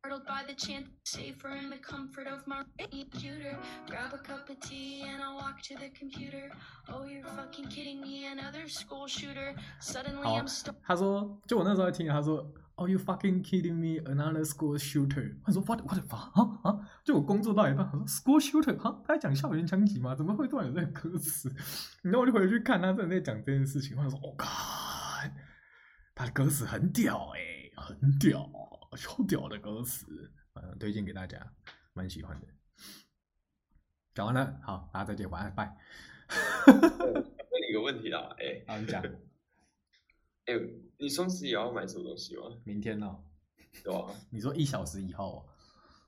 [SPEAKER 1] startled by the chant safer in the comfort of my computer grab a cup of tea and i walk to the computer oh you're fucking kidding me another school shooter suddenly i'm st-
[SPEAKER 2] 他说，就我那时候在听，他说，Are you fucking kidding me? Another school shooter？我想说 What what the fuck？啊啊！就我工作到一半，我说 school shooter？哈、他在讲校园枪击吗？怎么会突然有这个歌词？然后我就回去看他正在讲这件事情，我想说，Oh god！他的歌词很屌哎、很屌，超屌的歌词，反正推荐给大家，蛮喜欢的。讲完了，好，大家再见，晚安，拜。
[SPEAKER 3] 问你一个问题啦，哎、
[SPEAKER 2] 好，你讲，
[SPEAKER 3] 哎、你双十一也要买什么东西吗？
[SPEAKER 2] 明天哦，
[SPEAKER 3] 对吧、
[SPEAKER 2] 你说一小时以后、哦。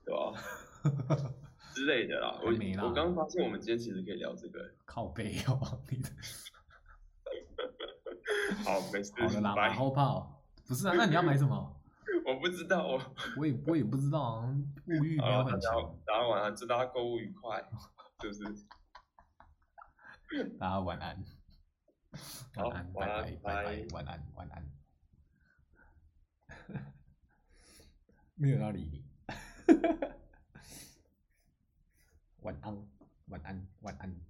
[SPEAKER 3] 对吧、 之类的啦。我
[SPEAKER 2] 还没啦
[SPEAKER 3] 我刚发现我们今天其实可以聊这个。
[SPEAKER 2] 靠背哦， 你的
[SPEAKER 3] 好，没事，
[SPEAKER 2] 好了啦，马
[SPEAKER 3] 拜。
[SPEAKER 2] 后炮不是啊？那你要买什么？
[SPEAKER 3] 我不知道，我
[SPEAKER 2] 我也我也不知道啊，物欲没有
[SPEAKER 3] 好了
[SPEAKER 2] 很
[SPEAKER 3] 大家
[SPEAKER 2] 强。
[SPEAKER 3] 大家晚安，祝大家购物愉快， 是不是？
[SPEAKER 2] 大家晚安，
[SPEAKER 3] 好
[SPEAKER 2] 晚安，拜
[SPEAKER 3] 晚安
[SPEAKER 2] 拜拜拜
[SPEAKER 3] 拜，
[SPEAKER 2] 晚安晚安。 没有人要理你。 晚安，晚安，晚安。